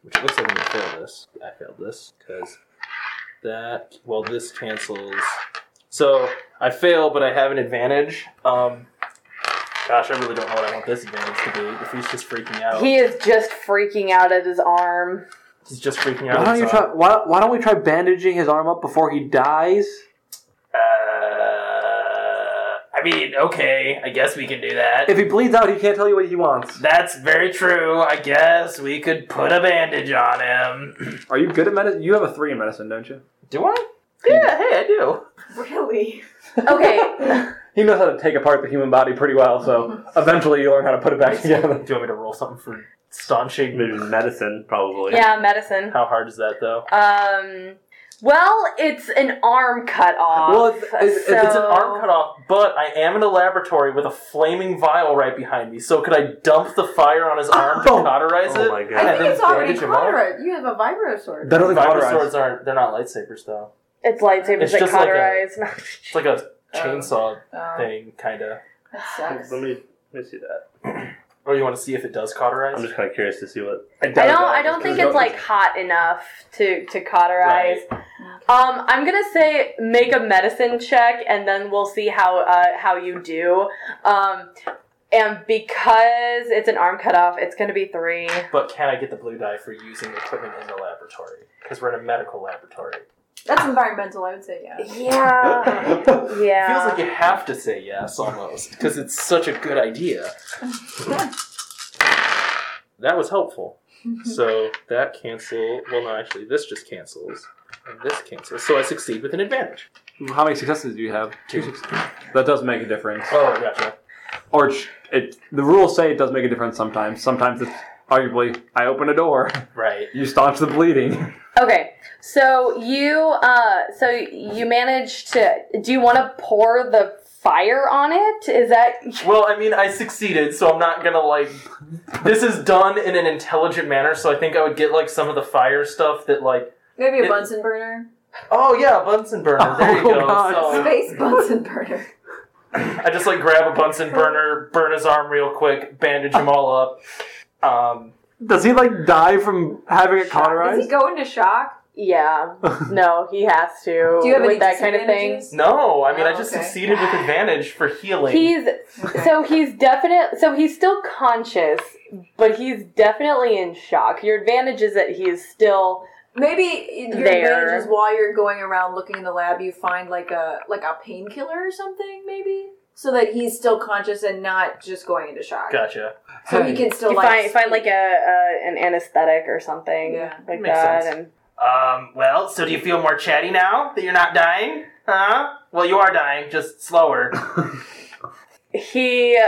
Speaker 4: Which it looks like I'm gonna fail this. I failed this because that. Well, this cancels. So I fail, but I have an advantage. Um, Gosh, I really don't know what I want this advantage to be. If he's just freaking out,
Speaker 2: He is just freaking out at his arm.
Speaker 4: he's just freaking out.
Speaker 5: Why don't, you
Speaker 4: it's
Speaker 5: try,
Speaker 4: on.
Speaker 5: why, why don't we try bandaging his arm up before he dies?
Speaker 4: Uh, I mean, okay, I guess we can do that.
Speaker 5: If he bleeds out, he can't tell you what he wants.
Speaker 4: That's very true. I guess we could put a bandage on him.
Speaker 5: Are you good at medicine? You have a three in medicine, don't you?
Speaker 4: Do I? Yeah, hey, I do.
Speaker 7: Really?
Speaker 2: Okay.
Speaker 5: He knows how to take apart the human body pretty well, so eventually you learn how to put it back
Speaker 4: Do
Speaker 5: together.
Speaker 4: you want me to roll something for staunching?
Speaker 6: Maybe medicine, probably.
Speaker 2: yeah, medicine.
Speaker 4: How hard is that, though?
Speaker 2: Um. Well, it's an arm cut off.
Speaker 5: Well, it's- it's- it's
Speaker 2: Uh, so...
Speaker 4: It's an arm cut off, but I am in a laboratory with a flaming vial right behind me. So could I dump the fire on his arm to
Speaker 5: Oh.
Speaker 4: cauterize
Speaker 6: Oh
Speaker 4: it?
Speaker 6: my God.
Speaker 7: I
Speaker 4: And
Speaker 7: think
Speaker 4: then
Speaker 7: it's already
Speaker 4: bandage him up?
Speaker 7: cauterized. You have a vibro sword.
Speaker 5: That doesn't
Speaker 4: Vibro
Speaker 5: cauterize.
Speaker 4: swords aren't. They're not lightsabers though.
Speaker 2: It's lightsabers
Speaker 4: It's
Speaker 2: that
Speaker 4: just like a-
Speaker 2: cauterize.
Speaker 4: It's like a chainsaw
Speaker 7: Oh,
Speaker 4: thing, kind of.
Speaker 7: that
Speaker 6: Let
Speaker 7: sucks.
Speaker 6: me, let me see that.
Speaker 4: Or you want to see if it does cauterize?
Speaker 6: I'm just kind of curious to see what.
Speaker 2: I don't. I don't think it's like hot enough to to cauterize. Um, I'm gonna say make a medicine check, and then we'll see how uh, how you do. Um, and because it's an arm cut off, it's gonna be three.
Speaker 4: But can I get the blue dye for using equipment in the laboratory? Because we're in a medical laboratory.
Speaker 7: That's environmental, I would say, yeah.
Speaker 2: Yeah.
Speaker 4: It feels
Speaker 2: Yeah.
Speaker 4: like you have to say yes almost because it's such a good idea. that was helpful. So that cancel. Well, no, actually, this just cancels. And this cancels. So I succeed with an advantage.
Speaker 5: How many successes do you have?
Speaker 4: Two.
Speaker 5: That does make a difference.
Speaker 4: Oh, gotcha.
Speaker 5: Or it, it, the rules say it does make a difference sometimes. Sometimes it's arguably, I open a door,
Speaker 4: Right.
Speaker 5: you staunch the bleeding.
Speaker 2: Okay. So you uh, so you managed to. Do you want to pour the fire on it? Is that
Speaker 4: Well, I mean, I succeeded, so I'm not gonna like. This is done in an intelligent manner, so I think I would get like some of the fire stuff that like.
Speaker 7: Maybe a
Speaker 4: It-
Speaker 7: Bunsen burner.
Speaker 4: Oh yeah, Bunsen burner. There you
Speaker 5: Oh,
Speaker 4: go.
Speaker 5: God.
Speaker 4: So-
Speaker 7: Space Bunsen burner.
Speaker 4: I just like grab a Bunsen burner, burn his arm real quick, bandage him all up. Um,
Speaker 5: Does he like die from having it
Speaker 7: Does he
Speaker 5: cauterized?
Speaker 7: go into shock?
Speaker 2: yeah? No, he has to.
Speaker 7: Do you have
Speaker 2: with
Speaker 7: any
Speaker 2: that kind of thing?
Speaker 7: disadvantages?
Speaker 4: no, I mean I just
Speaker 7: Oh, okay.
Speaker 4: succeeded with advantage for healing.
Speaker 2: He's so he's definitely so he's still conscious, but he's definitely in shock. Your advantage is that he is still
Speaker 7: Maybe your
Speaker 2: There.
Speaker 7: advantage is while you're going around looking in the lab, you find like a like a painkiller or something, maybe, so that he's still conscious and not just going into shock.
Speaker 4: gotcha.
Speaker 7: So he can still
Speaker 2: you
Speaker 7: like
Speaker 2: find find like a,
Speaker 7: speak.
Speaker 2: a an anesthetic or something
Speaker 7: Yeah.
Speaker 2: like
Speaker 4: Makes
Speaker 2: that.
Speaker 4: sense.
Speaker 2: And
Speaker 4: Um, well, so do you feel more chatty now that you're not dying? Huh? Well, you are dying, just slower.
Speaker 2: he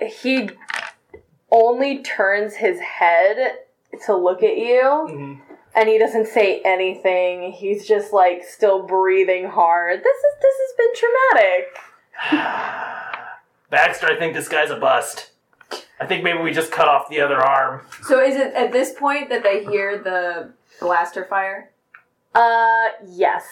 Speaker 2: he only turns his head to look at you, and he doesn't say anything. He's just like still breathing hard. This is this has been traumatic.
Speaker 4: Baxter, I think this guy's a bust. I think maybe we just cut off the other arm.
Speaker 7: So is it at this point that they hear the blaster fire?
Speaker 2: Uh, yes.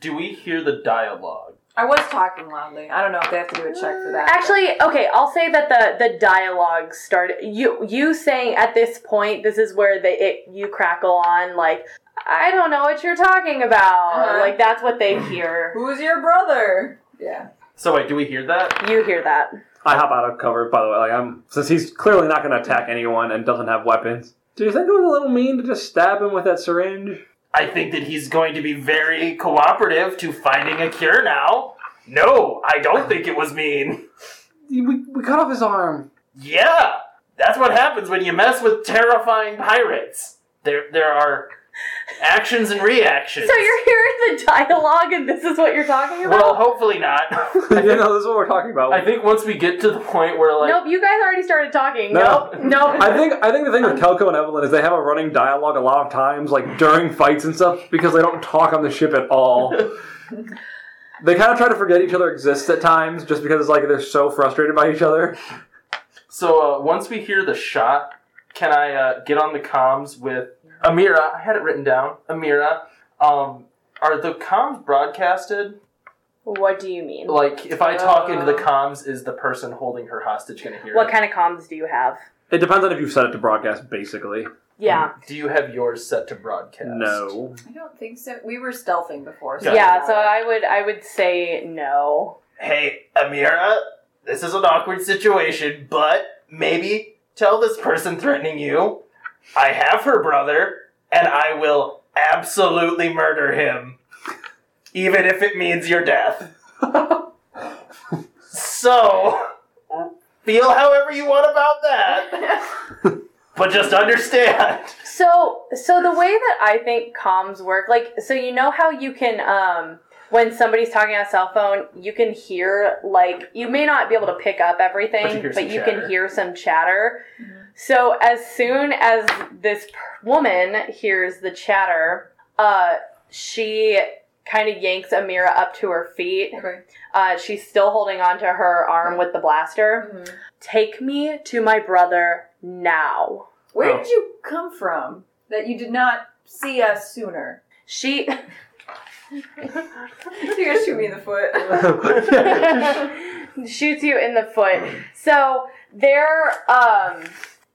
Speaker 4: Do we hear the dialogue?
Speaker 7: I was talking loudly. I don't know if they have to do a check for that.
Speaker 2: Actually, okay, I'll say that the the dialogue started. You you saying at this point, this is where the it you crackle on like I don't know what you're talking about.
Speaker 7: Uh-huh.
Speaker 2: Like that's what they
Speaker 7: but-
Speaker 2: hear.
Speaker 7: who's your brother? Yeah.
Speaker 4: So wait, do we hear that?
Speaker 2: You hear that?
Speaker 5: I hop out of cover, by the way. Like I'm, since he's clearly not going to attack anyone and doesn't have weapons. Do you think it was a little mean to just stab him with that syringe?
Speaker 4: I think that he's going to be very cooperative to finding a cure now. No, I don't think it was mean.
Speaker 5: We, we cut off his arm.
Speaker 4: Yeah, that's what happens when you mess with terrifying pirates. There, there are actions and reactions.
Speaker 2: So you're hearing the dialogue, and this is what you're talking
Speaker 4: well,
Speaker 2: about.
Speaker 4: hopefully not.
Speaker 5: you know, this is what we're talking about.
Speaker 4: I think once we get to the point where like,
Speaker 2: nope, you guys already started talking.
Speaker 5: No.
Speaker 2: Nope, nope.
Speaker 5: I think I think the thing with Kelko and Evelyn is they have a running dialogue a lot of times, like during fights and stuff, because they don't talk on the ship at all. they kind of try to forget each other exists at times, just because it's like they're so frustrated by each other.
Speaker 4: so uh, once we hear the shot, can I uh, get on the comms with Amira? I had it written down. Amira, um, are the comms broadcasted?
Speaker 2: what do you mean?
Speaker 4: Like, if I talk into the
Speaker 7: Uh.
Speaker 4: comms, is the person holding her hostage going to hear
Speaker 2: What
Speaker 4: it?
Speaker 2: kind of comms do you have?
Speaker 5: It depends on if you've set it to broadcast, basically.
Speaker 2: Yeah,
Speaker 4: Do you have yours set to broadcast?
Speaker 5: No.
Speaker 7: I don't think so. We were
Speaker 2: uh,
Speaker 7: stealthing before.
Speaker 2: yeah. So I would I would say no.
Speaker 4: Hey, Amira, this is an awkward situation, but maybe tell this person threatening you, I have her brother, and I will absolutely murder him, even if it means your death. so, feel however you want about that, but just understand.
Speaker 2: So, so the way that I think comms work, like, so you know how you can, um, when somebody's talking on a cell phone, you can hear, like, you may not be able to pick up
Speaker 4: But you
Speaker 2: everything,
Speaker 4: hear
Speaker 2: but
Speaker 4: some
Speaker 2: you
Speaker 4: chatter.
Speaker 2: can hear some chatter. So, as soon as this per- woman hears the chatter, uh, she kind of yanks Amira up to her feet.
Speaker 7: Okay.
Speaker 2: Uh, she's still holding onto her arm with the blaster.
Speaker 7: Mm-hmm.
Speaker 2: Take me to my brother now.
Speaker 7: Where
Speaker 4: Oh.
Speaker 7: did you come from that you did not see us sooner?
Speaker 2: She.
Speaker 7: You're gonna shoot me in the foot.
Speaker 2: shoots you in the foot. So there, um,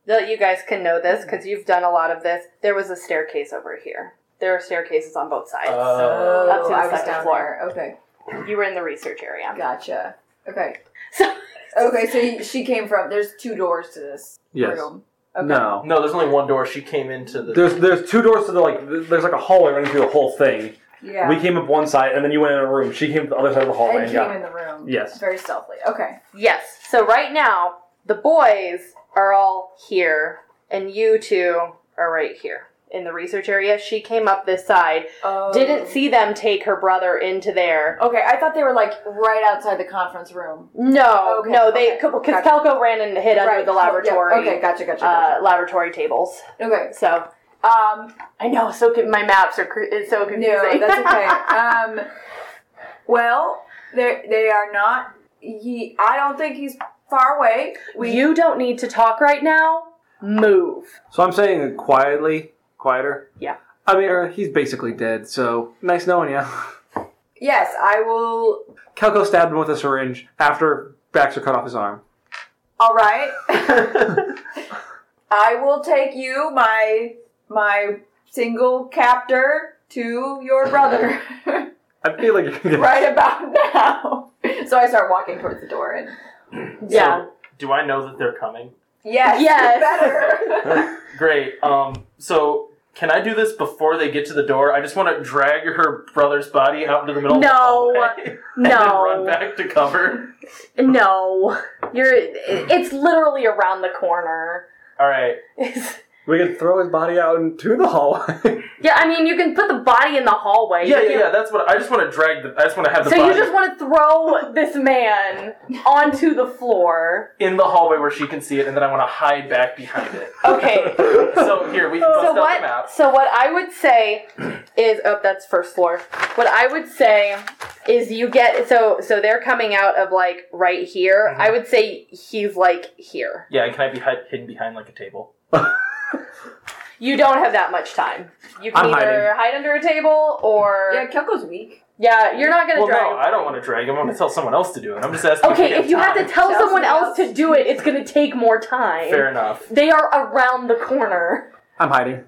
Speaker 2: that you guys can know this because you've done a lot of this. There was a staircase over here. There are staircases on both sides.
Speaker 4: Uh,
Speaker 2: Up to the
Speaker 7: Oh, I was
Speaker 2: second
Speaker 7: down
Speaker 2: floor.
Speaker 7: there. Okay,
Speaker 2: you were in the research area.
Speaker 7: gotcha. Okay.
Speaker 2: So-
Speaker 7: okay, so you- she came from. There's two doors to this
Speaker 5: Yes.
Speaker 7: room. Okay.
Speaker 5: No.
Speaker 4: no, there's only one door. She came into the.
Speaker 5: There's there's two doors to the like. th- There's like a hallway running through the whole thing.
Speaker 7: Yeah.
Speaker 5: We came up one side, and then you went in a room. She came to the other side of the hallway.
Speaker 7: and
Speaker 5: And
Speaker 7: came
Speaker 5: got
Speaker 7: in the room.
Speaker 5: Yes.
Speaker 7: Very stealthily. Okay.
Speaker 2: Yes. So right now, the boys are all here, and you two are right here in the research area. She came up this side.
Speaker 7: Oh.
Speaker 2: Didn't see them take her brother into there.
Speaker 7: Okay, I thought they were like right outside the conference room.
Speaker 2: No,
Speaker 7: Okay,
Speaker 2: no, they
Speaker 7: okay,
Speaker 2: because
Speaker 7: gotcha.
Speaker 2: Kelko ran and hid under
Speaker 7: Right,
Speaker 2: the
Speaker 7: yeah,
Speaker 2: laboratory.
Speaker 7: Okay, gotcha, gotcha.
Speaker 2: uh,
Speaker 7: gotcha.
Speaker 2: laboratory tables.
Speaker 7: okay.
Speaker 2: So
Speaker 7: Um,
Speaker 2: I know. So con- my maps are cr- it's so confusing.
Speaker 7: no, that's okay. Um, well, they they are not. He, I don't think he's far away. We
Speaker 2: you don't need to talk right now. Move.
Speaker 5: So I'm saying quietly, quieter.
Speaker 2: Yeah.
Speaker 5: I mean, er, he's basically dead. So nice knowing you.
Speaker 7: yes, I will.
Speaker 5: Kelko stabbed him with a syringe after Baxter cut off his arm.
Speaker 7: All right, I will take you, my my single captor, to your brother
Speaker 5: I feel like you're gonna get
Speaker 7: right about now. So I start walking towards the door and.
Speaker 2: Yeah.
Speaker 4: Do I know that they're coming?
Speaker 7: Yes,
Speaker 2: Yes.
Speaker 7: better.
Speaker 4: Great. Um. So can I do this before they get to the door? I just want to drag her brother's body out into the middle.
Speaker 2: No. uh,
Speaker 4: Of the hallway and then run
Speaker 2: no.
Speaker 4: back to cover.
Speaker 2: No. You're. It's literally around the corner.
Speaker 4: All right.
Speaker 5: We could throw his body out into the hallway.
Speaker 2: yeah. I mean, you can put the body in the hallway.
Speaker 4: Yeah,
Speaker 2: You
Speaker 4: yeah,
Speaker 2: can-
Speaker 4: yeah. That's what I just want to drag. The, I just want to have the
Speaker 2: So you
Speaker 4: body
Speaker 2: just want to throw this man onto the floor.
Speaker 4: in the hallway where she can see it, and then I want to hide back behind it.
Speaker 2: Okay.
Speaker 4: so here we bust
Speaker 2: so
Speaker 4: out the
Speaker 2: what?
Speaker 4: map.
Speaker 2: So what I would say is, oh, that's first floor. What I would say is, you get so so they're coming out of like right here.
Speaker 4: Mm-hmm.
Speaker 2: I would say he's like here.
Speaker 4: Yeah, and can I be hide, hidden behind like a table?
Speaker 2: You don't have that much time. You can
Speaker 5: I'm
Speaker 2: either hide under a table or
Speaker 7: yeah,
Speaker 2: yeah,
Speaker 7: Kelko's weak.
Speaker 2: you're not gonna
Speaker 4: Well,
Speaker 2: drag.
Speaker 4: no,
Speaker 2: him.
Speaker 4: I don't want to drag him. I want to tell someone else to do it. I'm just asking.
Speaker 2: okay,
Speaker 4: we
Speaker 2: if you have to
Speaker 4: time.
Speaker 2: tell
Speaker 7: Tell
Speaker 2: someone
Speaker 7: someone
Speaker 2: else to
Speaker 7: else.
Speaker 2: do it, it's gonna take more time.
Speaker 4: Fair enough.
Speaker 2: They are around the corner.
Speaker 5: I'm hiding.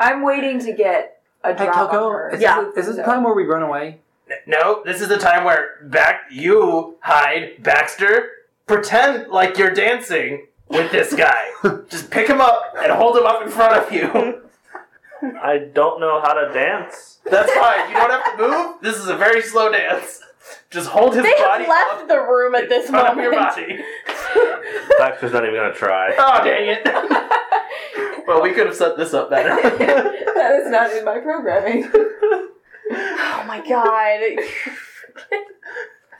Speaker 7: I'm waiting to get a
Speaker 5: Hey,
Speaker 7: drop
Speaker 5: Kelko,
Speaker 7: on her.
Speaker 5: is,
Speaker 2: Yeah.
Speaker 5: this, is this the time where we run away?
Speaker 4: No, this is the time where back you hide Baxter. Pretend like you're dancing with this guy. Just pick him up and hold him up in front of you.
Speaker 6: I don't know how to dance.
Speaker 4: That's fine. You don't have to move. This is a very slow dance. Just hold his
Speaker 2: They
Speaker 4: body
Speaker 2: have left
Speaker 4: up
Speaker 2: the room at this
Speaker 4: in front of your
Speaker 2: moment.
Speaker 4: body.
Speaker 6: Baxter's not even gonna try.
Speaker 4: Oh dang it! well, we could have set this up better.
Speaker 7: that is not in my programming.
Speaker 2: Oh my god.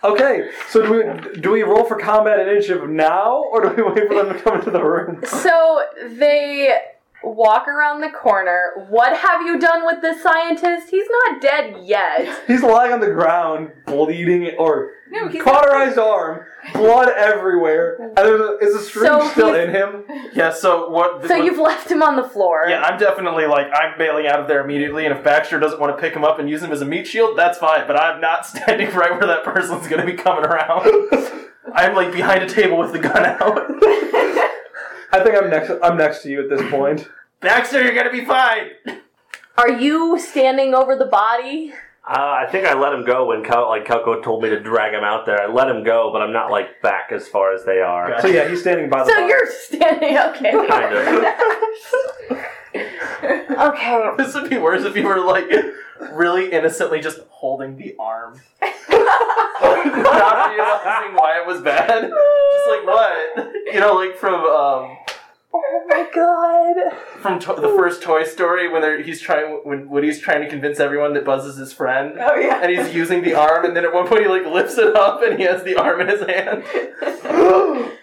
Speaker 5: Okay, so do we do we roll for combat initiative now, or do we wait for them to come into the room?
Speaker 2: So they walk around the corner. What have you done with this scientist? He's not dead yet.
Speaker 5: He's lying on the ground, bleeding, or
Speaker 7: No, he's
Speaker 5: cauterized arm, blood everywhere, and there's a, is a string
Speaker 2: So
Speaker 5: still
Speaker 2: he's-
Speaker 5: in him.
Speaker 4: yeah. So what?
Speaker 2: So
Speaker 4: what-
Speaker 2: you've left him on the floor.
Speaker 4: Yeah, I'm definitely like I'm bailing out of there immediately, and if Baxter doesn't want to pick him up and use him as a meat shield, that's fine. But I'm not standing right where that person's gonna be coming around. I'm like behind a table with the gun out.
Speaker 5: I think I'm next. I'm next to you at this point.
Speaker 4: Baxter, you're gonna be fine.
Speaker 2: Are you standing over the body?
Speaker 6: Uh, I think I let him go when Kel- like Kelko told me to drag him out there. I let him go, but I'm not like back as far as they are.
Speaker 4: Gotcha.
Speaker 5: So yeah, he's standing by the.
Speaker 2: So
Speaker 5: bar.
Speaker 2: you're standing. Okay.
Speaker 6: Kind of.
Speaker 2: Okay.
Speaker 4: This would be worse if you were like really innocently just holding the arm. Not realizing why it was bad. Just like what? You know, like from um
Speaker 2: Oh my god.
Speaker 4: from to- the first Toy Story when they're, he's trying when Woody's trying to convince everyone that Buzz is his friend.
Speaker 7: Oh yeah.
Speaker 4: And he's using the arm, and then at one point he like lifts it up, and he has the arm in his hand.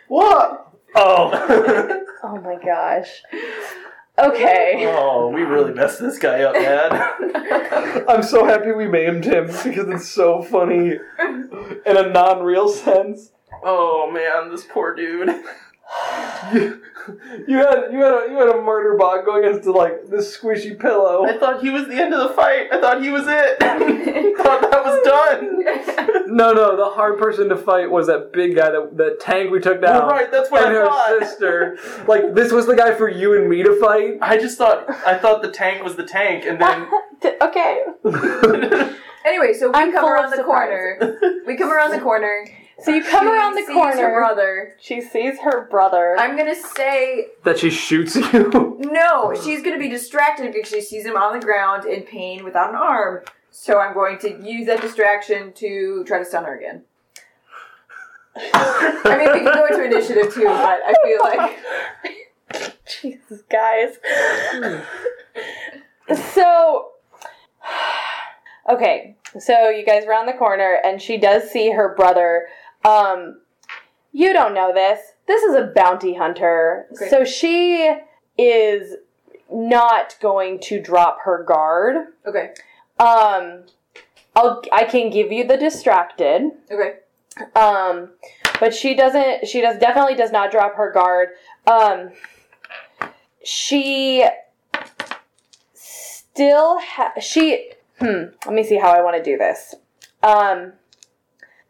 Speaker 4: what? Oh,
Speaker 2: Oh my gosh. Okay.
Speaker 4: oh, we really messed this guy up, man.
Speaker 5: I'm so happy we maimed him because it's so funny in a non-real sense.
Speaker 4: Oh man, this poor dude.
Speaker 5: You, you had you had a, you had a murder bot go against the, like this squishy pillow.
Speaker 4: I thought he was the end of the fight. I thought he was it. thought that was done.
Speaker 5: No, no, the hard person to fight was that big guy that that tank we took down.
Speaker 4: Oh, right, that's what
Speaker 5: And
Speaker 4: I
Speaker 5: her
Speaker 4: thought.
Speaker 5: sister. Like this was the guy for you and me to fight.
Speaker 4: I just thought I thought the tank was the tank, and then
Speaker 2: D- Okay.
Speaker 7: Anyway, so we
Speaker 2: I'm
Speaker 7: come
Speaker 2: full
Speaker 7: around
Speaker 2: of
Speaker 7: the
Speaker 2: surprise.
Speaker 7: corner. We come around the corner.
Speaker 2: So you come
Speaker 7: She
Speaker 2: around the
Speaker 7: sees
Speaker 2: corner.
Speaker 7: Her brother.
Speaker 2: She sees her brother.
Speaker 7: I'm gonna say
Speaker 5: That she shoots you.
Speaker 7: no. She's gonna be distracted because she sees him on the ground in pain without an arm. So I'm going to use that distraction to try to stun her again. I mean, we can go into initiative too, but I feel like
Speaker 2: Jesus, guys. so, okay. So you guys round the corner, and she does see her brother. Um, you don't know this. This is a bounty hunter.
Speaker 7: Great.
Speaker 2: So she is not going to drop her guard.
Speaker 7: okay,
Speaker 2: Um, I'll, I can give you the distracted.
Speaker 7: okay,
Speaker 2: Um, but she doesn't. She does definitely does not drop her guard. Um, she still ha- she. Hmm. Let me see how I want to do this. Um,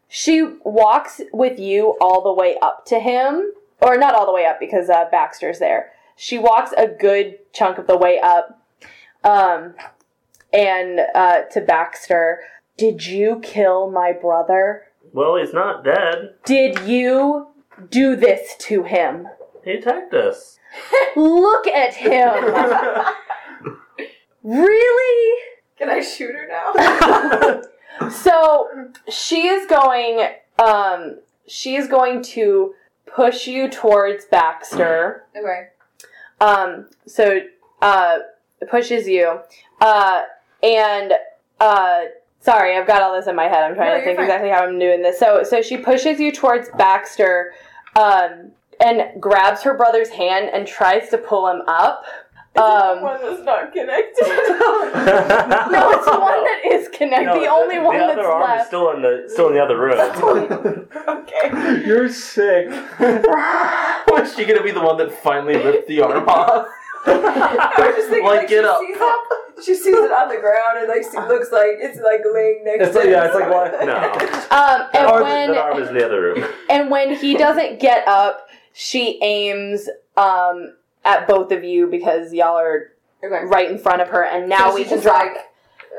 Speaker 2: she walks with you all the way up to him, or not all the way up because uh, Baxter's there. She walks a good chunk of the way up, um, and uh, to Baxter. Did you kill my brother?
Speaker 6: well, he's not dead.
Speaker 2: Did you do this to him?
Speaker 6: He attacked us.
Speaker 2: Look at him! really?
Speaker 7: can I shoot her now?
Speaker 2: So she is going um she is going to push you towards Baxter.
Speaker 7: okay,
Speaker 2: Um so uh pushes you. Uh and uh sorry, I've got all this in my head. I'm trying
Speaker 7: No,
Speaker 2: to
Speaker 7: you're
Speaker 2: think
Speaker 7: fine.
Speaker 2: exactly how I'm doing this. So so she pushes you towards Baxter um and grabs her brother's hand and tries to pull him up. Um,
Speaker 7: one that's not connected.
Speaker 2: no, it's the one that is connected. the only one
Speaker 6: the other
Speaker 2: that's
Speaker 6: arm is
Speaker 2: left.
Speaker 6: still in the still in the other room.
Speaker 7: okay,
Speaker 5: You're sick.
Speaker 4: was she gonna be the one that finally ripped the arm off?
Speaker 7: I was just thinking
Speaker 4: Like,
Speaker 7: like,
Speaker 4: get
Speaker 7: she
Speaker 4: up.
Speaker 7: Sees it, she sees it on the ground and like she looks like it's like laying next.
Speaker 5: It's
Speaker 7: to
Speaker 5: like, yeah, it's like
Speaker 7: someone.
Speaker 5: why?
Speaker 6: no,
Speaker 2: Um,
Speaker 6: that
Speaker 2: and
Speaker 6: arm,
Speaker 2: when
Speaker 6: that arm is in the other room.
Speaker 2: and when he doesn't get up, she aims um, at both of you because y'all are
Speaker 7: Okay.
Speaker 2: right in front of her, and now
Speaker 7: So
Speaker 2: we
Speaker 7: she's
Speaker 2: can
Speaker 7: just
Speaker 2: drop.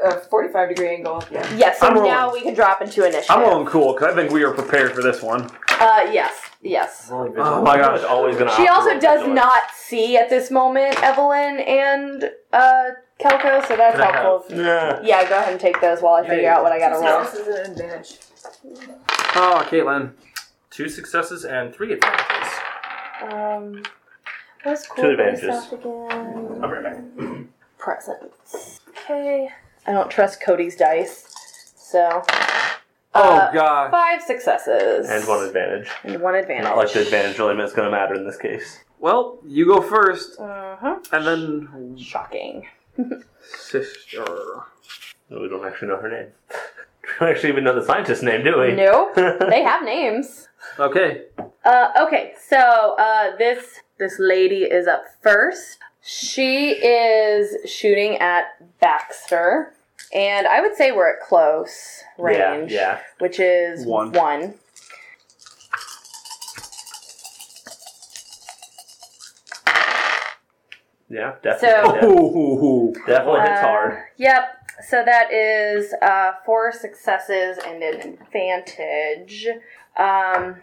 Speaker 7: like a 45 degree angle. Yeah.
Speaker 2: yes, so
Speaker 5: I'm rolling.
Speaker 2: now we can drop into initiative.
Speaker 5: I'm rolling cool because I think we are prepared for this one.
Speaker 2: Uh, yes, yes.
Speaker 5: Oh my gosh.
Speaker 6: always gonna.
Speaker 2: She
Speaker 6: opt
Speaker 2: also
Speaker 6: for
Speaker 2: does
Speaker 6: vigilance.
Speaker 2: not see at this moment Evelyn and uh, Kelko, so that's
Speaker 4: Can I have-
Speaker 2: helpful.
Speaker 6: Nah.
Speaker 2: Yeah, go ahead and take those while I figure out what I gotta roll.
Speaker 7: This is an advantage.
Speaker 5: Oh, Caitlin.
Speaker 4: Two successes and three advantages.
Speaker 2: Um, what's cool?
Speaker 6: Two advantages.
Speaker 2: Again?
Speaker 4: I'm right back.
Speaker 2: Presents. Okay. I don't trust Cody's dice, so
Speaker 5: Oh
Speaker 2: Uh,
Speaker 5: god.
Speaker 2: five successes
Speaker 6: And one advantage.
Speaker 2: And one advantage.
Speaker 6: Not like the advantage really is going to matter in this case.
Speaker 5: Well, you go first,
Speaker 2: Uh-huh.
Speaker 5: and then
Speaker 2: Shocking.
Speaker 5: sister.
Speaker 6: No, We don't actually know her name. We don't actually even know the scientist's name, do we?
Speaker 2: Nope. they have names.
Speaker 5: Okay.
Speaker 2: Uh, okay, so uh, this this lady is up first. She is shooting at Baxter, and I would say we're at close
Speaker 6: Yeah,
Speaker 2: range.
Speaker 6: yeah.
Speaker 2: which is
Speaker 5: One.
Speaker 2: one.
Speaker 6: Yeah,
Speaker 2: So-
Speaker 6: definitely.
Speaker 5: Ooh,
Speaker 6: Definitely hits
Speaker 2: Uh,
Speaker 6: hard.
Speaker 2: Yep. So that is uh, four successes and an advantage. Um,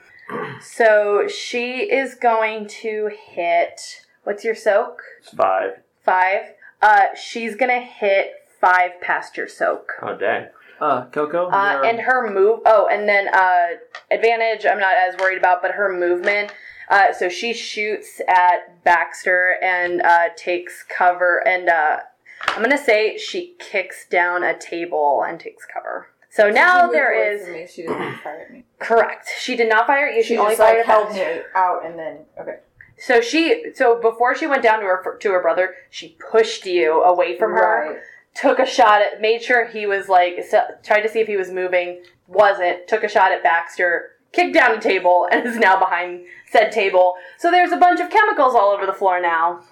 Speaker 2: so she is going to hit. What's your soak?
Speaker 6: It's five.
Speaker 2: Five. Uh, she's gonna hit five past your soak.
Speaker 6: Oh dang.
Speaker 5: Uh, Coco.
Speaker 2: Uh,
Speaker 5: you're-
Speaker 2: and her move. Oh, and then uh, advantage. I'm not as worried about, but her movement. Uh, so she shoots at Baxter and uh, takes cover. And uh, I'm gonna say she kicks down a table and takes cover. So
Speaker 7: She
Speaker 2: now
Speaker 7: moved
Speaker 2: there
Speaker 7: away
Speaker 2: is
Speaker 7: from me. She didn't fire at me.
Speaker 2: correct. She did not fire at you. She,
Speaker 7: She,
Speaker 2: only
Speaker 7: just
Speaker 2: fired at
Speaker 7: like held
Speaker 2: Baxter.
Speaker 7: me out and then okay.
Speaker 2: So she. So before she went down to her to her brother, she pushed you away from her.
Speaker 7: right.
Speaker 2: took a shot at, made sure he was like, so, tried to see if he was moving, wasn't, took a shot at Baxter, kicked down a table, and is now behind said table. So there's a bunch of chemicals all over the floor now.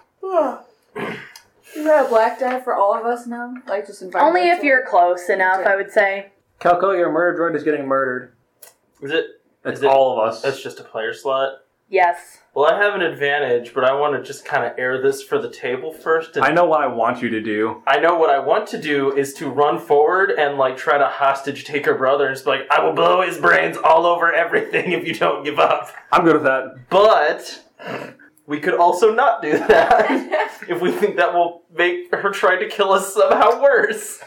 Speaker 7: Is that a black die for all of us now? Like just
Speaker 2: Only if you're close enough, I would say.
Speaker 5: Coco, your murder droid is getting murdered.
Speaker 4: Is it?
Speaker 5: It's
Speaker 4: Is it-
Speaker 5: all of us.
Speaker 4: That's just a player slot.
Speaker 2: Yes.
Speaker 4: Well, I have an advantage, but I want to just kind of air this for the table first. And
Speaker 5: I know what I want you to do.
Speaker 4: I know what I want to do is to run forward and like try to hostage take her brother and just be like, I will blow his brains all over everything if you don't give up.
Speaker 5: I'm good with that.
Speaker 4: But we could also not do that if we think that will make her try to kill us somehow worse.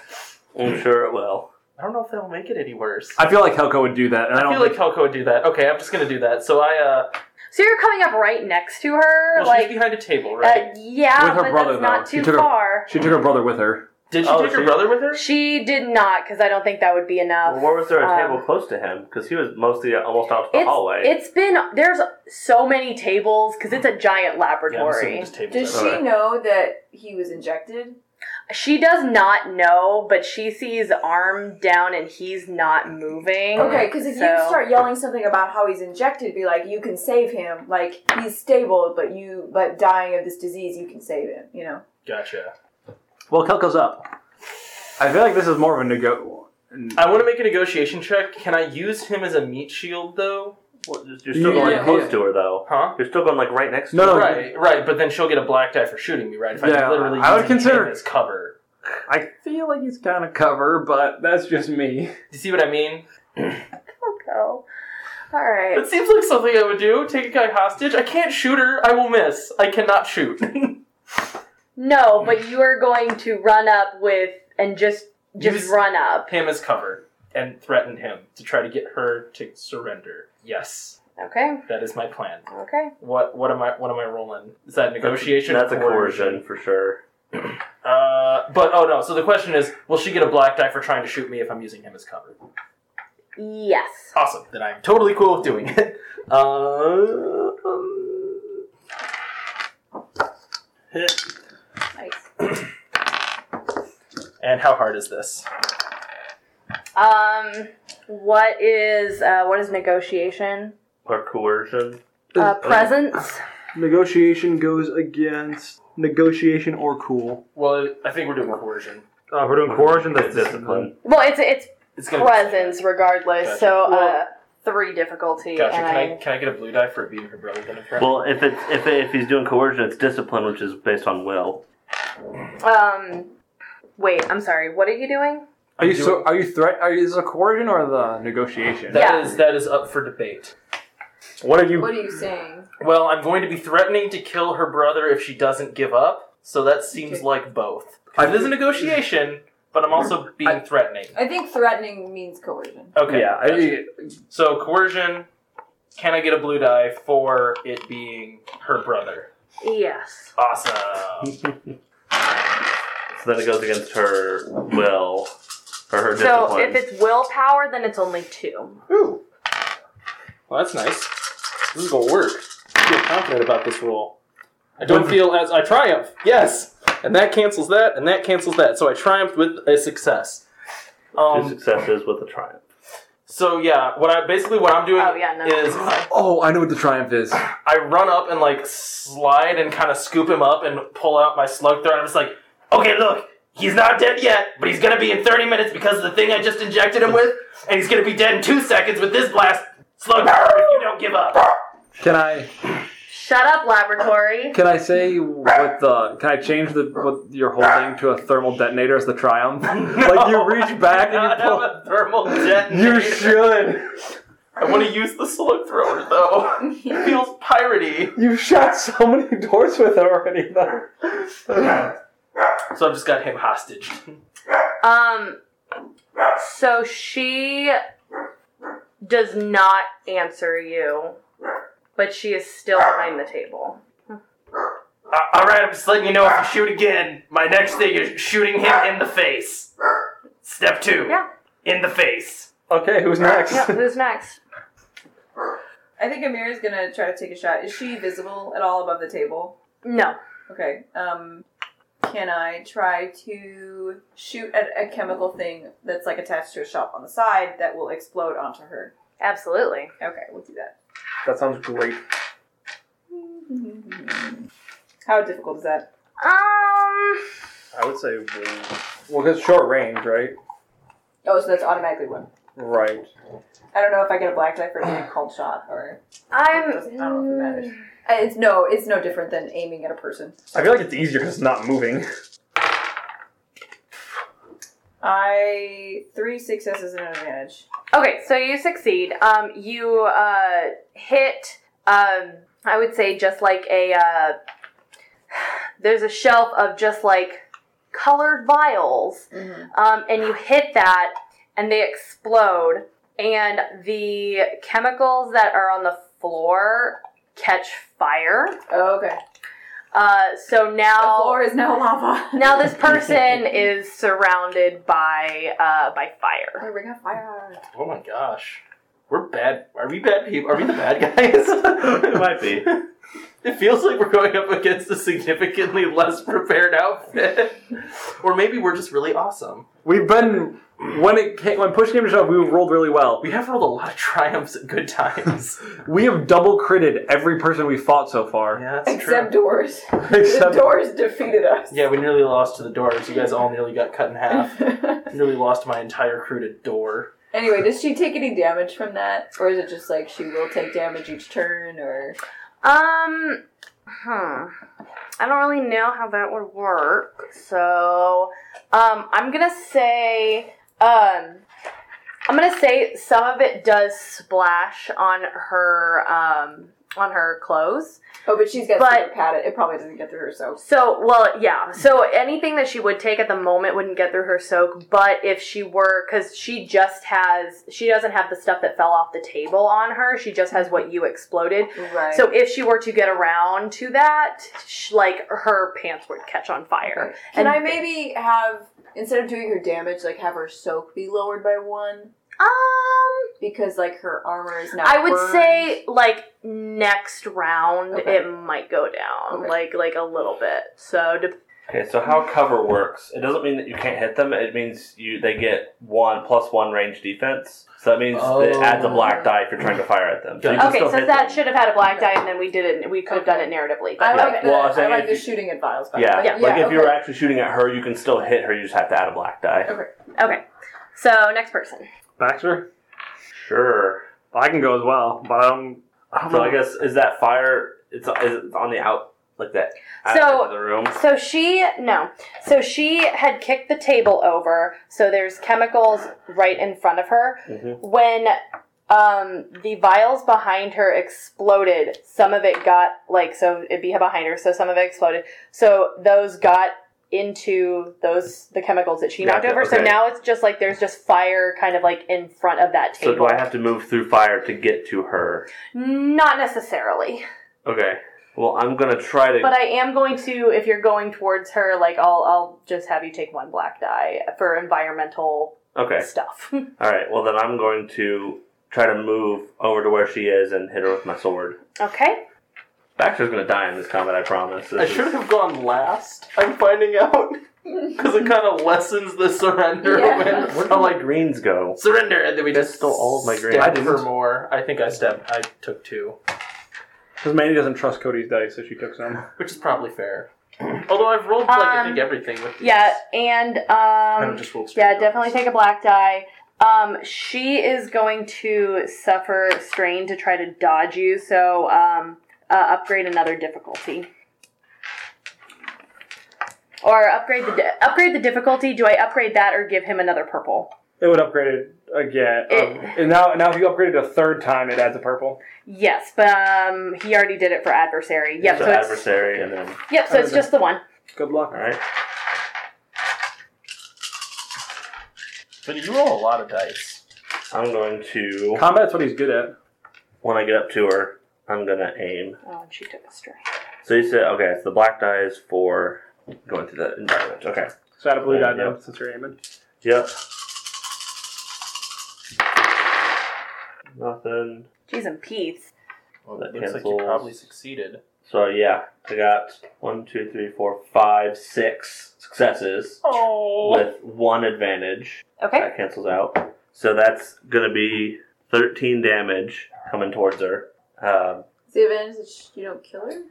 Speaker 6: I'm sure it will.
Speaker 4: I don't know if that'll make it any worse. I,
Speaker 5: I feel like Helco would do that, and I don't
Speaker 4: feel like
Speaker 5: think-
Speaker 4: Helco would do that. Okay, I'm just gonna do that. So I uh
Speaker 2: So you're coming up right next to her,
Speaker 4: well,
Speaker 2: like
Speaker 4: she's behind a table,
Speaker 2: uh,
Speaker 4: right?
Speaker 2: yeah,
Speaker 5: With her
Speaker 2: but
Speaker 5: brother,
Speaker 2: that's not
Speaker 5: though. She
Speaker 2: too
Speaker 5: took her-
Speaker 2: far.
Speaker 5: she took her brother with her.
Speaker 4: Did she
Speaker 6: Oh,
Speaker 4: take her
Speaker 6: she-
Speaker 4: brother with her?
Speaker 2: She did not, because I don't think that would be enough.
Speaker 6: Well, where was there a
Speaker 2: Um,
Speaker 6: table close to him? Because he was mostly uh, almost out to the
Speaker 2: it's,
Speaker 6: hallway.
Speaker 2: it's been there's so many tables because it's a
Speaker 4: Yeah,
Speaker 2: giant
Speaker 4: I'm
Speaker 2: laboratory.
Speaker 4: assuming just tables.
Speaker 7: Does
Speaker 4: out.
Speaker 7: she know that he was injected?
Speaker 2: She does not know, but she sees arm down and he's not moving.
Speaker 7: Okay, because if you
Speaker 2: So-
Speaker 7: start yelling something about how he's injected, be like, "You can save him. Like he's stable, but you, but dying of this disease, you can save him." You know.
Speaker 4: Gotcha.
Speaker 5: Well, Helco's up. I feel like this is more of a nego.
Speaker 4: I want to make a negotiation check. Can I use him as a meat shield though?
Speaker 6: Well, you're still
Speaker 5: Yeah,
Speaker 6: going
Speaker 5: yeah.
Speaker 6: close to her, though.
Speaker 4: Huh?
Speaker 6: You're still going like right next to
Speaker 5: No,
Speaker 6: her.
Speaker 5: no,
Speaker 4: Right, right, but then she'll get a black die for shooting me, right? If
Speaker 5: Oh, Yeah,
Speaker 4: I literally
Speaker 5: I would
Speaker 4: use him
Speaker 5: consider-
Speaker 4: as cover.
Speaker 5: I feel like he's kind of cover, but that's just me.
Speaker 4: Do you see what I mean? Oh,
Speaker 2: Go. All right.
Speaker 4: It seems like something I would do. Take a guy hostage. I can't shoot her. I will miss. I cannot shoot.
Speaker 2: No, but you are going to run up with and just just
Speaker 4: Use-
Speaker 2: run up.
Speaker 4: him as cover and threaten him to try to get her to surrender. Yes,
Speaker 2: Okay.
Speaker 4: that is my plan.
Speaker 2: Okay.
Speaker 4: What what am I what am I rolling? Is that negotiation?
Speaker 6: That's
Speaker 4: or
Speaker 6: a coercion for sure.
Speaker 4: Uh, but oh no. So the question is, will she get a black die for trying to shoot me if I'm using him as cover?
Speaker 2: Yes.
Speaker 4: Awesome. Then I'm totally cool with doing it. Uh, um,
Speaker 2: Nice.
Speaker 4: and how hard is this?
Speaker 2: Um, what is uh, what is negotiation?
Speaker 6: Or coercion.
Speaker 2: Uh,
Speaker 4: oh,
Speaker 2: presence.
Speaker 5: Negotiation goes against negotiation or cool.
Speaker 4: Well, I think we're doing coercion.
Speaker 5: Uh, we're doing coercion. That's
Speaker 6: discipline.
Speaker 2: Well, it's it's
Speaker 4: It's gonna
Speaker 2: presence regardless.
Speaker 4: Gotcha.
Speaker 2: So uh,
Speaker 4: Well-
Speaker 2: three difficulty.
Speaker 4: Gotcha.
Speaker 2: And
Speaker 4: Can I can I get a blue die for beating her brother? Then if
Speaker 6: Well, if it's if if he's doing coercion, it's discipline, which is based on will.
Speaker 2: Um, wait. I'm sorry. What are you doing?
Speaker 5: Are you so? Are you threat? Are you, is it a coercion or the negotiation?
Speaker 4: That
Speaker 2: Yeah.
Speaker 4: is- that is up for debate.
Speaker 5: What have you?
Speaker 7: What are you saying?
Speaker 4: Well, I'm going to be threatening to kill her brother if she doesn't give up. So that seems
Speaker 7: Okay.
Speaker 4: like both.
Speaker 5: I-
Speaker 4: It is a negotiation, but I'm also being
Speaker 5: I-
Speaker 4: threatening.
Speaker 7: I think threatening means coercion.
Speaker 4: Okay.
Speaker 5: Yeah,
Speaker 4: gotcha.
Speaker 5: I,
Speaker 4: so coercion. Can I get a blue die for it being her brother?
Speaker 2: Yes.
Speaker 4: Awesome.
Speaker 6: So then it goes against her will or her
Speaker 2: So
Speaker 6: discipline.
Speaker 2: if it's willpower, then it's only two.
Speaker 4: Ooh. Well, that's nice. This is gonna work. I feel confident about this roll. I don't feel as I triumph. Yes, and that cancels that, and that cancels that. So I triumphed with a success.
Speaker 6: Two
Speaker 4: Um.
Speaker 6: successes with a triumph.
Speaker 4: So yeah, what I basically what I'm doing
Speaker 2: Oh, yeah, no.
Speaker 4: is I,
Speaker 5: oh, I know what the triumph is.
Speaker 4: I run up and like slide and kind of scoop him up and pull out my slug throw. And I'm just like, okay, look, he's not dead yet, but he's gonna be in 30 minutes because of the thing I just injected him with, and he's gonna be dead in two seconds with this blast slug thrower if you don't give up.
Speaker 5: Can I?
Speaker 2: Shut up, laboratory.
Speaker 5: Can I say what the? Can I change the what you're holding to a thermal detonator as the triumph? Like you reach back and
Speaker 4: Not
Speaker 5: you
Speaker 4: have
Speaker 5: pull.
Speaker 4: a thermal detonator.
Speaker 5: You should.
Speaker 4: I want to use the slug thrower though. It feels piratey.
Speaker 5: You shot so many doors with it already. Though.
Speaker 4: So I've just got him hostage.
Speaker 2: Um, so she does not answer you, but she is still behind the table.
Speaker 4: Uh, all right, I'm just letting you know if you shoot again, my next thing is shooting him in the face. Step two.
Speaker 2: Yeah.
Speaker 4: In the face.
Speaker 5: Okay, who's next?
Speaker 2: Yeah, who's next?
Speaker 7: I think Amira's gonna try to take a shot. Is she visible at all above the table?
Speaker 2: No.
Speaker 7: Okay. Um, can I try to shoot at a chemical thing that's like attached to a shop on the side that will explode onto her?
Speaker 2: Absolutely.
Speaker 7: Okay, we'll do that.
Speaker 5: That sounds great.
Speaker 7: How difficult is that?
Speaker 2: Um,
Speaker 5: I would say. Well, because short range, right?
Speaker 7: Oh, so that's automatically one.
Speaker 5: Right.
Speaker 7: I don't know if I get a blackjack for a cold shot or.
Speaker 2: I'm.
Speaker 7: It doesn't- I don't know if it matters. Uh, It's no, it's no different than aiming at a person.
Speaker 5: I feel like it's easier because it's not moving.
Speaker 7: I three successes and an advantage.
Speaker 2: Okay, so you succeed. Um, you uh, hit. Um, I would say just like a. Uh, there's a shelf of just like colored vials,
Speaker 7: Mm-hmm.
Speaker 2: um, and you hit that, and they explode, and the chemicals that are on the floor catch fire.
Speaker 7: Oh, okay.
Speaker 2: Uh, so
Speaker 7: The
Speaker 2: now
Speaker 7: floor is now lava.
Speaker 2: now this person is surrounded by uh, by fire.
Speaker 7: Wait, we got fire.
Speaker 4: Oh my gosh. We're bad. Are we bad people? Are we the bad guys?
Speaker 6: It might be.
Speaker 4: It feels like we're going up against a significantly less prepared outfit. or maybe we're just really awesome.
Speaker 5: We've been when it came, when push came to shove, we rolled really well.
Speaker 4: We have rolled a lot of triumphs and good times.
Speaker 5: We have double critted every person we fought so far.
Speaker 4: yeah, that's
Speaker 7: Except
Speaker 4: true.
Speaker 7: doors.
Speaker 5: Except-
Speaker 7: the doors defeated us.
Speaker 4: Yeah, we nearly lost to the doors. You guys all nearly got cut in half. nearly lost my entire crew to door.
Speaker 7: anyway, does she take any damage from that, or is it just like she will take damage each turn, or
Speaker 2: Um, hmm. I don't really know how that would work. So, um, I'm gonna say, um, I'm gonna say some of it does splash on her, um, on her clothes.
Speaker 7: oh, but she's got
Speaker 2: But-
Speaker 7: super padded. It probably doesn't get through her soap.
Speaker 2: So, well, yeah. So anything that she would take at the moment wouldn't get through her soak. But if she were, because she just has, she doesn't have the stuff that fell off the table on her. She just has what you exploded.
Speaker 7: Right.
Speaker 2: So if she were to get around to that, sh like her pants would catch on fire.
Speaker 7: can
Speaker 2: and-
Speaker 7: I maybe have instead of doing her damage, like have her soak be lowered by one
Speaker 2: Um,
Speaker 7: because like her armor is now.
Speaker 2: I would
Speaker 7: burned.
Speaker 2: say like next round
Speaker 7: Okay.
Speaker 2: it might go down
Speaker 7: Okay.
Speaker 2: like like a little bit. So de-
Speaker 6: Okay, so how cover works? It doesn't mean that you can't hit them. It means you they get one plus one range defense. So that means it
Speaker 4: Oh.
Speaker 6: adds a black die if you're trying to fire at them. So you can
Speaker 2: okay,
Speaker 6: still
Speaker 2: so
Speaker 6: hit
Speaker 2: that
Speaker 6: them.
Speaker 2: should have had a black die, and then we did it. We could have done it narratively. But
Speaker 6: Yeah.
Speaker 7: I like the,
Speaker 6: Well, I was
Speaker 7: I
Speaker 6: saying
Speaker 7: like
Speaker 6: if
Speaker 7: the
Speaker 6: you-
Speaker 7: shooting at vials. by the
Speaker 6: Yeah.
Speaker 7: way.
Speaker 2: Yeah.
Speaker 6: Like if
Speaker 7: okay.
Speaker 6: you were actually shooting at her, you can still hit her. You just have to add a black die.
Speaker 7: Okay.
Speaker 2: okay, so next person.
Speaker 5: Baxter,
Speaker 6: Sure.
Speaker 5: I can go as well, but I don't. I don't
Speaker 6: So I
Speaker 5: know.
Speaker 6: guess is that fire? It's is it on the out like that.
Speaker 2: So-
Speaker 6: outside of the room.
Speaker 2: So she no. So she had kicked the table over. So there's chemicals right in front of her.
Speaker 6: Mhm.
Speaker 2: When um, the vials behind her exploded, some of it got like so it'd be behind her. So some of it exploded. So those got into those the chemicals that she knocked
Speaker 6: Gotcha,
Speaker 2: over. So
Speaker 6: okay.
Speaker 2: now it's just like there's just fire kind of like in front of that
Speaker 6: So
Speaker 2: table.
Speaker 6: do I have to move through fire to get to her?
Speaker 2: Not necessarily,
Speaker 6: Okay. Well, I'm gonna try to.
Speaker 2: but I am going to. If you're going towards her, like I'll I'll just have you take one black die for environmental
Speaker 6: okay.
Speaker 2: stuff.
Speaker 6: All right. Well, then I'm going to try to move over to where she is and hit her with my sword.
Speaker 2: okay.
Speaker 6: Baxter's gonna die in this combat. I promise. This
Speaker 4: I
Speaker 6: is-
Speaker 4: should have gone last, I'm finding out. Because it kind of lessens the surrender
Speaker 7: Yeah.
Speaker 4: when-
Speaker 6: Where did all my greens go?
Speaker 4: Surrender, and then we
Speaker 6: That's
Speaker 4: just
Speaker 6: still all of my green.
Speaker 4: step
Speaker 5: I didn't.
Speaker 4: for more. I think I stepped. I took two,
Speaker 5: Because Mandy doesn't trust Cody's dice, so she took some.
Speaker 4: which is probably fair. Although I've rolled like I
Speaker 2: Um,
Speaker 4: think everything with these.
Speaker 2: Yeah, and
Speaker 4: I haven't
Speaker 2: um,
Speaker 4: just rolled straight
Speaker 2: yeah,
Speaker 4: up.
Speaker 2: definitely take a black die. Um, she is going to suffer strain to try to dodge you. So um, uh, upgrade another difficulty. Or upgrade the di- upgrade the difficulty. Do I upgrade that or give him another purple?
Speaker 5: It would upgrade it again. Um,
Speaker 2: It-
Speaker 5: and now, now if you upgrade it a third time, it adds a purple.
Speaker 2: Yes, but um, he already did it for adversary. Yep,
Speaker 6: So
Speaker 2: so, it's
Speaker 6: adversary, and then
Speaker 2: yep, so it's just the one.
Speaker 5: Good luck.
Speaker 6: all right.
Speaker 4: But you roll a lot of dice.
Speaker 6: I'm going to
Speaker 8: Combat's what he's good at.
Speaker 6: when I get up to her, I'm gonna aim.
Speaker 2: Oh, and she took a stray.
Speaker 6: So you said okay. So the black die is for going through the environment. Okay.
Speaker 5: So add a blue
Speaker 6: Yeah,
Speaker 5: dot now
Speaker 6: yep.
Speaker 5: since you're aiming.
Speaker 6: Yep. Nothing.
Speaker 2: Jeez and Pete's.
Speaker 4: Well,
Speaker 6: That
Speaker 4: that looks like
Speaker 6: cancels.
Speaker 4: you probably succeeded.
Speaker 6: So yeah, I got one, two, three, four, five, six successes
Speaker 4: Oh.
Speaker 6: with one advantage.
Speaker 2: Okay.
Speaker 6: That cancels out. So that's gonna be thirteen damage coming towards her. Um,
Speaker 7: Is the advantage that sh- you don't kill her?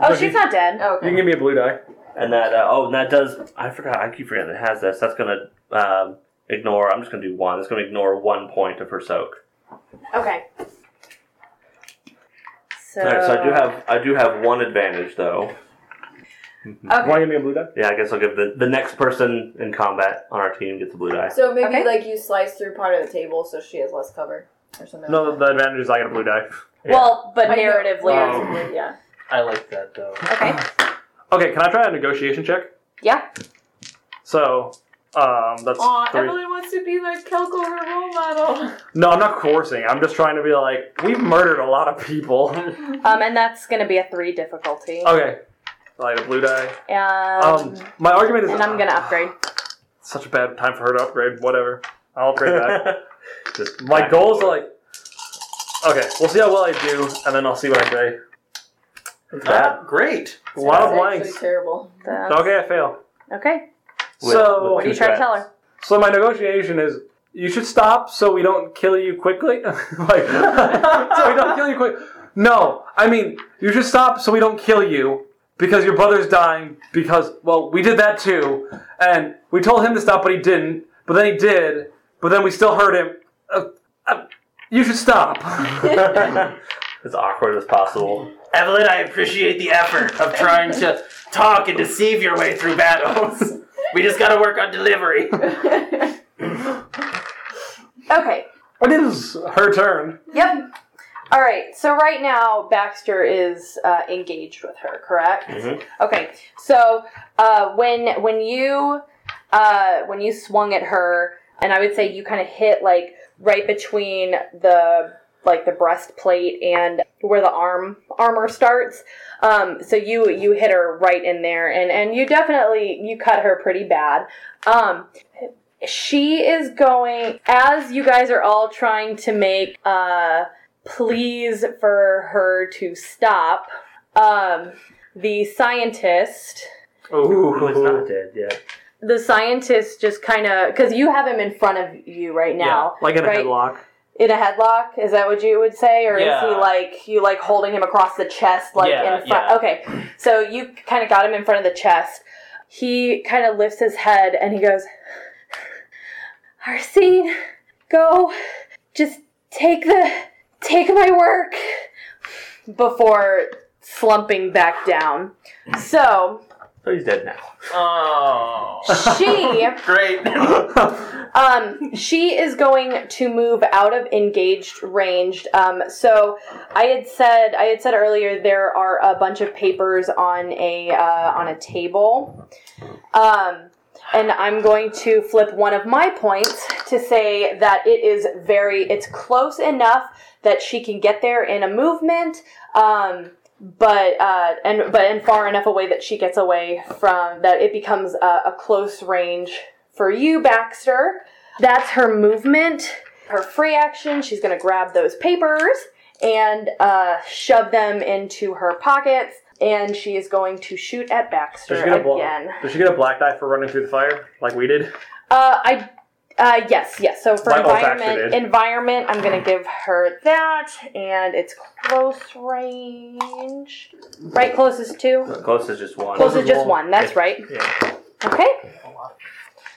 Speaker 2: Oh,
Speaker 5: But you-
Speaker 2: she's not dead.
Speaker 7: Oh,
Speaker 5: You
Speaker 7: okay.
Speaker 5: can give me a blue die.
Speaker 6: and that uh, oh, and that does. I forgot. I keep forgetting it has this. That's gonna um, ignore. I'm just gonna do one. It's gonna ignore one point of her soak.
Speaker 2: Okay. So,
Speaker 6: All right, so I do have I do have one advantage though.
Speaker 7: Okay.
Speaker 5: Want to give me a blue die?
Speaker 6: Yeah, I guess I'll give the the next person in combat on our team gets the blue die.
Speaker 7: So maybe
Speaker 2: Okay.
Speaker 7: like you slice through part of the table so she has less cover or something.
Speaker 5: No,
Speaker 7: like
Speaker 5: the advantage is I get a blue die.
Speaker 2: Well, but
Speaker 7: that.
Speaker 2: narratively.
Speaker 4: Oh.
Speaker 7: Narratively, yeah.
Speaker 4: I like that though.
Speaker 2: Okay.
Speaker 5: Okay, can I try a negotiation check?
Speaker 2: Yeah.
Speaker 5: So, um, that's three.
Speaker 7: wants to be like Kelko, her role model.
Speaker 5: No, I'm not coercing. I'm just trying to be like, we've murdered a lot of people.
Speaker 2: Um, and that's going to be a three difficulty.
Speaker 6: Um,
Speaker 5: okay. Like a blue die.
Speaker 2: Um,
Speaker 5: Um, my argument is.
Speaker 2: and I'm going to upgrade.
Speaker 5: Such a bad time for her to upgrade. Whatever. I'll upgrade back.
Speaker 6: Just
Speaker 5: my
Speaker 6: back
Speaker 5: goals
Speaker 6: and
Speaker 5: are like. Okay, we'll see how well I do, and then I'll see what I say.
Speaker 6: forth. That-
Speaker 4: Ah, great.
Speaker 5: A lot of
Speaker 7: That's actually
Speaker 5: blanks.
Speaker 7: Terrible.
Speaker 2: That's-
Speaker 5: Okay, I fail.
Speaker 2: Okay.
Speaker 6: with-
Speaker 5: so-
Speaker 6: with
Speaker 5: What
Speaker 2: What are you
Speaker 6: two
Speaker 2: trying to tell
Speaker 6: threats.
Speaker 2: her?
Speaker 5: So my negotiation is you should stop so we don't kill you quickly. like so we don't kill you quick. No, I mean you should stop so we don't kill you because your brother's dying because well we did that too and we told him to stop but he didn't but then he did but then we still hurt him. Uh, uh, you should stop.
Speaker 6: as awkward as possible.
Speaker 4: Evelyn, I appreciate the effort of trying to talk and deceive your way through battles. We just gotta work on delivery.
Speaker 2: Okay.
Speaker 5: it is her turn.
Speaker 2: Yep. All right. So right now, Baxter is uh, engaged with her, correct?
Speaker 6: Mhm.
Speaker 2: Okay. So uh, when when you uh, when you swung at her, and I would say you kind of hit like right between the like the breastplate and where the arm armor starts. Um, so you you hit her right in there, and and you definitely you cut her pretty bad. Um, she is going as you guys are all trying to make uh pleas for her to stop um the scientist
Speaker 5: Oh.
Speaker 6: Who is Oh, not dead yet?
Speaker 2: the scientist just kind of because you have him in front of you right now
Speaker 5: like in a
Speaker 2: right?
Speaker 5: headlock.
Speaker 2: in a headlock is that what you would say or is he
Speaker 4: Yeah.
Speaker 2: like you like holding him across the chest like
Speaker 4: Yeah,
Speaker 2: in front
Speaker 4: yeah.
Speaker 2: okay so you kind of got him in front of the chest he kind of lifts his head and he goes arsene go just take the take my work before slumping back down so
Speaker 6: So he's dead now.
Speaker 4: Oh,
Speaker 2: she
Speaker 4: great.
Speaker 2: Um, she is going to move out of engaged ranged. Um, so I had said I had said earlier there are a bunch of papers on a uh, on a table, um, and I'm going to flip one of my points to say that it is very it's close enough that she can get there in a movement. Um, but uh, and but and far enough away that she gets away from that it becomes a, a close range for you, Baxter. That's her movement, her free action. She's gonna grab those papers and uh, shove them into her pockets, and she is going to shoot at Baxter
Speaker 5: Is she gonna blow-
Speaker 2: again.
Speaker 5: Does she get a black die for running through the fire like we did?
Speaker 2: Uh, I. Uh, yes, yes. So for
Speaker 5: My old
Speaker 2: environment,
Speaker 5: activated.
Speaker 2: environment, I'm gonna give her that, and it's close range. Right, closest to.
Speaker 6: Close is just one.
Speaker 2: Close is just one. That's right. Okay.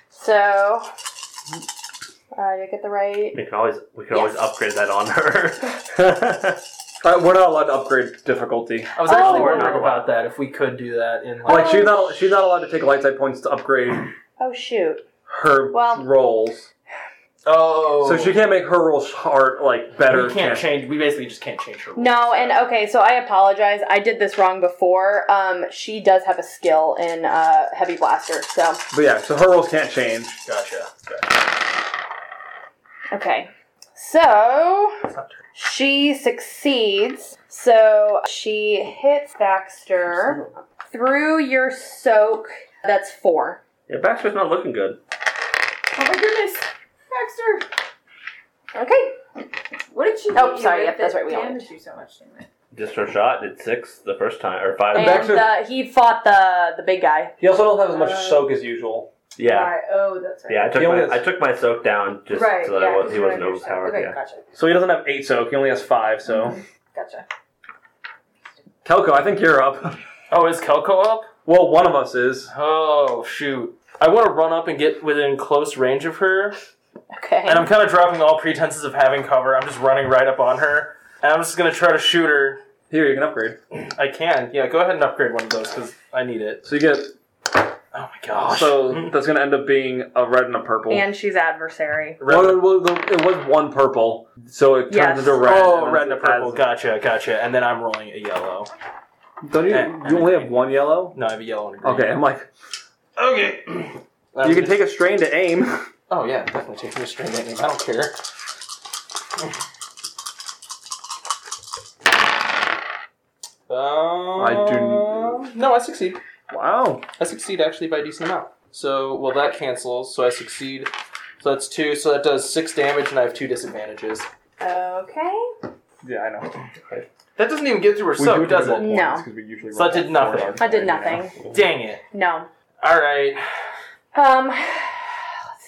Speaker 2: So, uh, did I get the right?
Speaker 6: We can always we can always
Speaker 2: Yes.
Speaker 6: upgrade that on her.
Speaker 5: Uh, we're not allowed to upgrade difficulty.
Speaker 4: I was actually
Speaker 2: Oh.
Speaker 4: wondering about that if we could do that in like.
Speaker 5: Oh, Like she's not she's not allowed to take light side points to upgrade
Speaker 2: Oh shoot.
Speaker 5: her
Speaker 2: Well-
Speaker 5: rolls.
Speaker 4: Oh,
Speaker 5: So she can't make her rolls hard like better.
Speaker 4: We can't
Speaker 5: chance-
Speaker 4: change. We basically just can't change her. rules.
Speaker 2: No, and okay, so I apologize. I did this wrong before. Um, she does have a skill in uh, heavy blaster. So
Speaker 5: But yeah, so her rolls can't change.
Speaker 4: Gotcha.
Speaker 2: okay, so she succeeds. So she hits Baxter through your soak. That's four.
Speaker 6: Yeah, Baxter's not looking good.
Speaker 7: Oh my goodness, Baxter!
Speaker 2: Okay.
Speaker 7: What did she?
Speaker 2: Oh,
Speaker 7: hit you
Speaker 2: sorry,
Speaker 7: with
Speaker 2: yep, that's
Speaker 7: that
Speaker 2: right, we all
Speaker 7: damaged you so much. Anyway.
Speaker 6: Just her shot did six the first time or five.
Speaker 2: And
Speaker 5: Baxter-
Speaker 2: uh, he fought the the big guy.
Speaker 5: He also don't have as much
Speaker 7: Uh,
Speaker 5: soak as usual.
Speaker 6: yeah,
Speaker 7: Right, Oh, that's right.
Speaker 6: yeah. I took
Speaker 5: He only
Speaker 6: my
Speaker 5: has-
Speaker 6: I took my soak down just
Speaker 7: Right.
Speaker 6: so that
Speaker 7: yeah,
Speaker 6: I was, he
Speaker 7: that's what
Speaker 6: wasn't
Speaker 7: I understood.
Speaker 6: overpowered.
Speaker 7: Okay,
Speaker 6: yeah.
Speaker 7: gotcha.
Speaker 5: So he doesn't have eight soak. He only has five. So
Speaker 2: Mhm.
Speaker 7: Gotcha.
Speaker 5: Kelko, I think you're up.
Speaker 4: Oh, is Kelko up?
Speaker 5: Well, one of us is.
Speaker 4: Oh shoot! I want to run up and get within close range of her,
Speaker 2: Okay.
Speaker 4: and I'm kind of dropping all pretenses of having cover. I'm just running right up on her, and I'm just gonna try to shoot her.
Speaker 5: Here, you can upgrade.
Speaker 4: I can. Yeah, go ahead and upgrade one of those because I need it.
Speaker 5: So you get.
Speaker 4: Oh my gosh!
Speaker 5: So that's gonna end up being a red and a purple.
Speaker 2: and she's adversary.
Speaker 4: red,
Speaker 5: well, well, the- it was one purple, so it turns
Speaker 2: Yes.
Speaker 5: into red.
Speaker 4: oh,
Speaker 5: then
Speaker 4: red and a
Speaker 5: it
Speaker 4: purple.
Speaker 5: has-
Speaker 4: Gotcha, gotcha. And then I'm rolling a yellow.
Speaker 5: Don't you?
Speaker 4: And-
Speaker 5: You only have one yellow.
Speaker 4: No, I have a yellow and a green.
Speaker 5: Eh. Okay, I'm like,
Speaker 4: Okay.
Speaker 5: you can take a strain to aim.
Speaker 4: Oh yeah, definitely taking a straight lightning. I don't care. Um,
Speaker 5: I do-
Speaker 4: No, I succeed.
Speaker 5: Wow.
Speaker 4: I succeed actually by a decent amount. So well, that cancels. So I succeed. So that's two. So that does six damage, and I have two disadvantages.
Speaker 2: Okay.
Speaker 5: Yeah, I know.
Speaker 4: That doesn't even get through her soak, does it?
Speaker 2: No.
Speaker 5: We usually
Speaker 4: So I did nothing.
Speaker 2: I did nothing.
Speaker 4: Dang it!
Speaker 2: No.
Speaker 4: All right.
Speaker 2: Um. Let's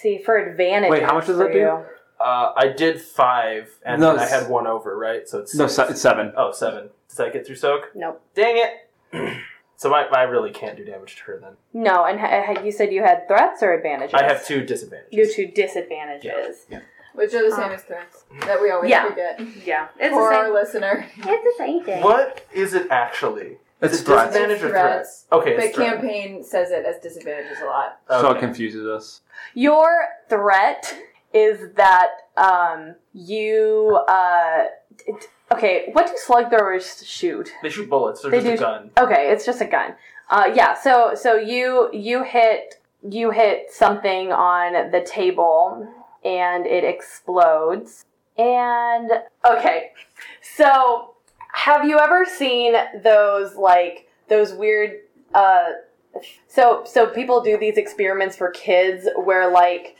Speaker 2: see for advantage.
Speaker 5: Wait, how much does
Speaker 2: for
Speaker 5: that do?
Speaker 2: you.
Speaker 4: Uh, I did five, and
Speaker 5: No,
Speaker 4: then I
Speaker 5: it's-
Speaker 4: had one over, right? So it's
Speaker 5: No, se- it's seven.
Speaker 4: Oh, seven. Does that get through soak?
Speaker 2: Nope.
Speaker 4: Dang it! so I, I really can't do damage to her then.
Speaker 2: No, and ha- ha- you said you had threats or advantages.
Speaker 4: I have two disadvantages.
Speaker 2: You two disadvantages.
Speaker 7: Which are the same as threats that we always
Speaker 2: Um, Yeah.
Speaker 7: forget.
Speaker 2: Yeah, it's
Speaker 7: For our
Speaker 2: the
Speaker 7: listener,
Speaker 2: same. It's the same thing.
Speaker 4: What is it actually?
Speaker 5: It's
Speaker 4: Is it
Speaker 5: threats.
Speaker 4: disadvantage or threats?
Speaker 7: threats.
Speaker 4: Okay,
Speaker 7: But
Speaker 4: it's threat.
Speaker 7: campaign says it as disadvantages a lot.
Speaker 5: So it
Speaker 4: Okay.
Speaker 5: confuses us.
Speaker 2: Your threat is that um you uh it, okay. What do slug throwers shoot?
Speaker 4: They shoot bullets. They're
Speaker 2: They
Speaker 4: just a
Speaker 2: do-
Speaker 4: gun.
Speaker 2: Okay, it's just a gun. Uh, yeah. So so you you hit you hit something on the table and it explodes. And okay, so have you ever seen those like those weird? Uh, so so people do these experiments for kids where like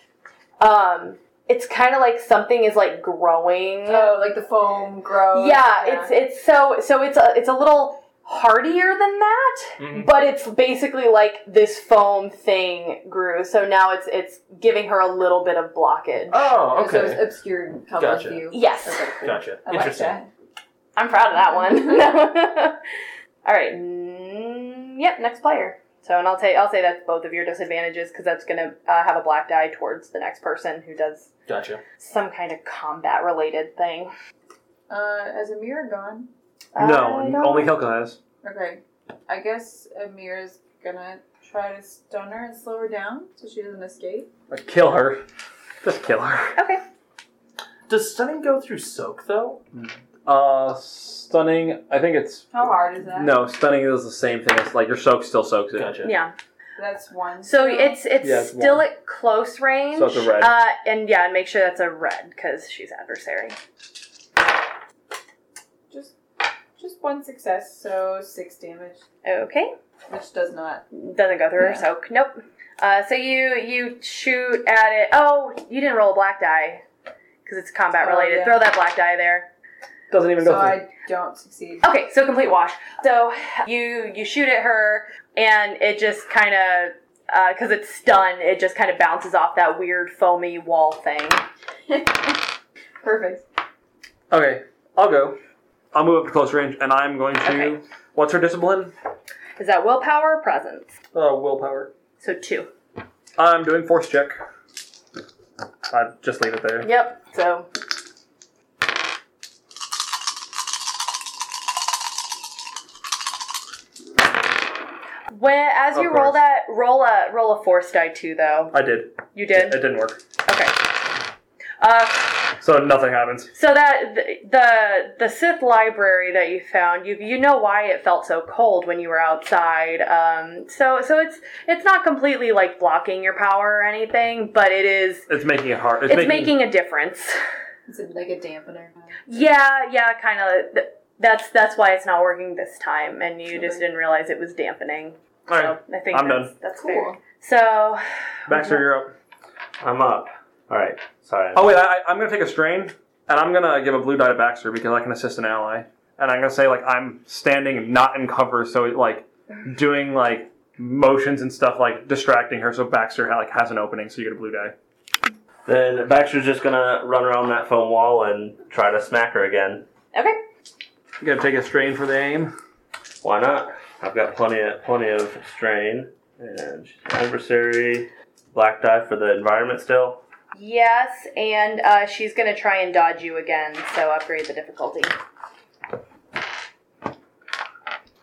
Speaker 2: um, it's kind of like something is like growing
Speaker 7: Oh, like the foam grows.
Speaker 2: yeah, it's it's so so it's a it's a little hardier than that,
Speaker 4: Mhm.
Speaker 2: but it's basically like this foam thing grew. So now it's it's giving her a little bit of blockage.
Speaker 4: Oh,
Speaker 7: So it's
Speaker 4: okay.
Speaker 7: obscured public
Speaker 4: Gotcha.
Speaker 7: view.
Speaker 2: Yes.
Speaker 7: Okay, cool.
Speaker 4: Gotcha.
Speaker 7: I like
Speaker 4: Interesting.
Speaker 7: that.
Speaker 2: I'm proud of that one. All right. mm, Yep. Next player. So and I'll say I'll say that's both of your disadvantages because that's gonna uh, have a black die towards the next person who does
Speaker 4: Gotcha.
Speaker 2: some kind of combat related thing.
Speaker 7: Uh, is Amir gone?
Speaker 5: No,
Speaker 2: I don't-
Speaker 5: only Kelko has.
Speaker 7: Okay. I guess Amir is gonna try to stun her and slow her down so she doesn't escape.
Speaker 5: Like, Kill her. Just kill her.
Speaker 2: Okay.
Speaker 4: Does stunning go through soak though?
Speaker 5: Uh, stunning. I think it's
Speaker 7: How hard is that?
Speaker 5: no. Stunning is the same thing. It's like your soak still soaks it.
Speaker 4: Gotcha.
Speaker 2: Yeah.
Speaker 7: That's one.
Speaker 2: So it's it's
Speaker 5: Yeah, it's
Speaker 2: still
Speaker 5: one.
Speaker 2: at close range.
Speaker 5: So it's a red.
Speaker 2: Uh, and yeah, and make sure that's a red because she's adversary.
Speaker 7: just just one success, so six damage,
Speaker 2: Okay,
Speaker 7: which does not.
Speaker 2: doesn't go through her
Speaker 7: Yeah.
Speaker 2: soak. Nope. Uh, so you you shoot at it. Oh, you didn't roll a black die because it's combat
Speaker 7: Oh,
Speaker 2: related.
Speaker 7: yeah.
Speaker 2: Throw that black die there.
Speaker 5: Doesn't even
Speaker 7: So
Speaker 5: go through.
Speaker 7: I don't succeed.
Speaker 2: Okay, so complete wash. So you you shoot at her and it just kind of because it's stunned, it just kind of bounces off that weird foamy wall thing.
Speaker 7: Perfect.
Speaker 5: Okay, I'll go. I'll move up to close range, and I'm going to.
Speaker 2: Okay.
Speaker 5: What's her discipline?
Speaker 2: Is that willpower or presence?
Speaker 5: Uh, willpower.
Speaker 2: So two.
Speaker 5: I'm doing force check. I just leave it there.
Speaker 2: Yep. So When as
Speaker 6: Of
Speaker 2: you roll
Speaker 6: course.
Speaker 2: that, roll a roll a force die too, though.
Speaker 5: I did.
Speaker 2: You
Speaker 5: It
Speaker 2: did.
Speaker 5: didn't work.
Speaker 2: Okay. Uh,
Speaker 5: So nothing happens.
Speaker 2: So that the the Sith library that you found, you you know why it felt so cold when you were outside. Um, so so it's it's not completely like blocking your power or anything, but it is.
Speaker 5: It's making it hard. It's,
Speaker 2: It's, making, a difference.
Speaker 7: It's like a dampener.
Speaker 2: Yeah, yeah, kind of. Th- that's that's why it's not working this time, and you just didn't realize it was dampening.
Speaker 5: All right.
Speaker 2: So I think
Speaker 5: I'm
Speaker 2: that's,
Speaker 5: done.
Speaker 2: That's
Speaker 7: Cool.
Speaker 2: fair. So
Speaker 5: Baxter, you're up.
Speaker 6: I'm up. All right. Sorry.
Speaker 5: Oh wait, I, I'm gonna take a strain, and I'm gonna give a blue die to Baxter because I can assist an ally, and I'm gonna say like I'm standing not in cover, so like doing like motions and stuff like distracting her, so Baxter like has an opening, so you get a blue die.
Speaker 6: Then Baxter's just gonna run around that foam wall and try to smack her again.
Speaker 2: okay,
Speaker 5: You gotta take a strain for the aim.
Speaker 6: Why not? I've got plenty of plenty of strain. And she's an adversary. Black die for the environment still.
Speaker 2: yes, and uh, she's gonna try and dodge you again. So upgrade the difficulty.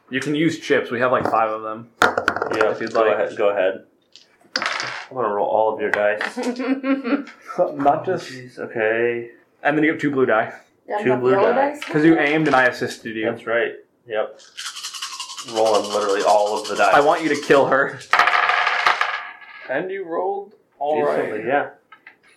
Speaker 5: You can use chips. We have like five of them.
Speaker 6: Yeah.
Speaker 5: If you'd
Speaker 6: go
Speaker 5: like.
Speaker 6: ahead. Go ahead. I'm gonna roll all of your dice.
Speaker 5: Not
Speaker 6: Jeez, okay.
Speaker 5: And then you get two blue die
Speaker 6: Two blue dice.
Speaker 5: because you aimed and I assisted you.
Speaker 6: That's right. Yep. Rolling literally all of the dice.
Speaker 5: I want you to kill her. And you rolled all
Speaker 6: Jeez,
Speaker 5: right.
Speaker 6: something, yeah.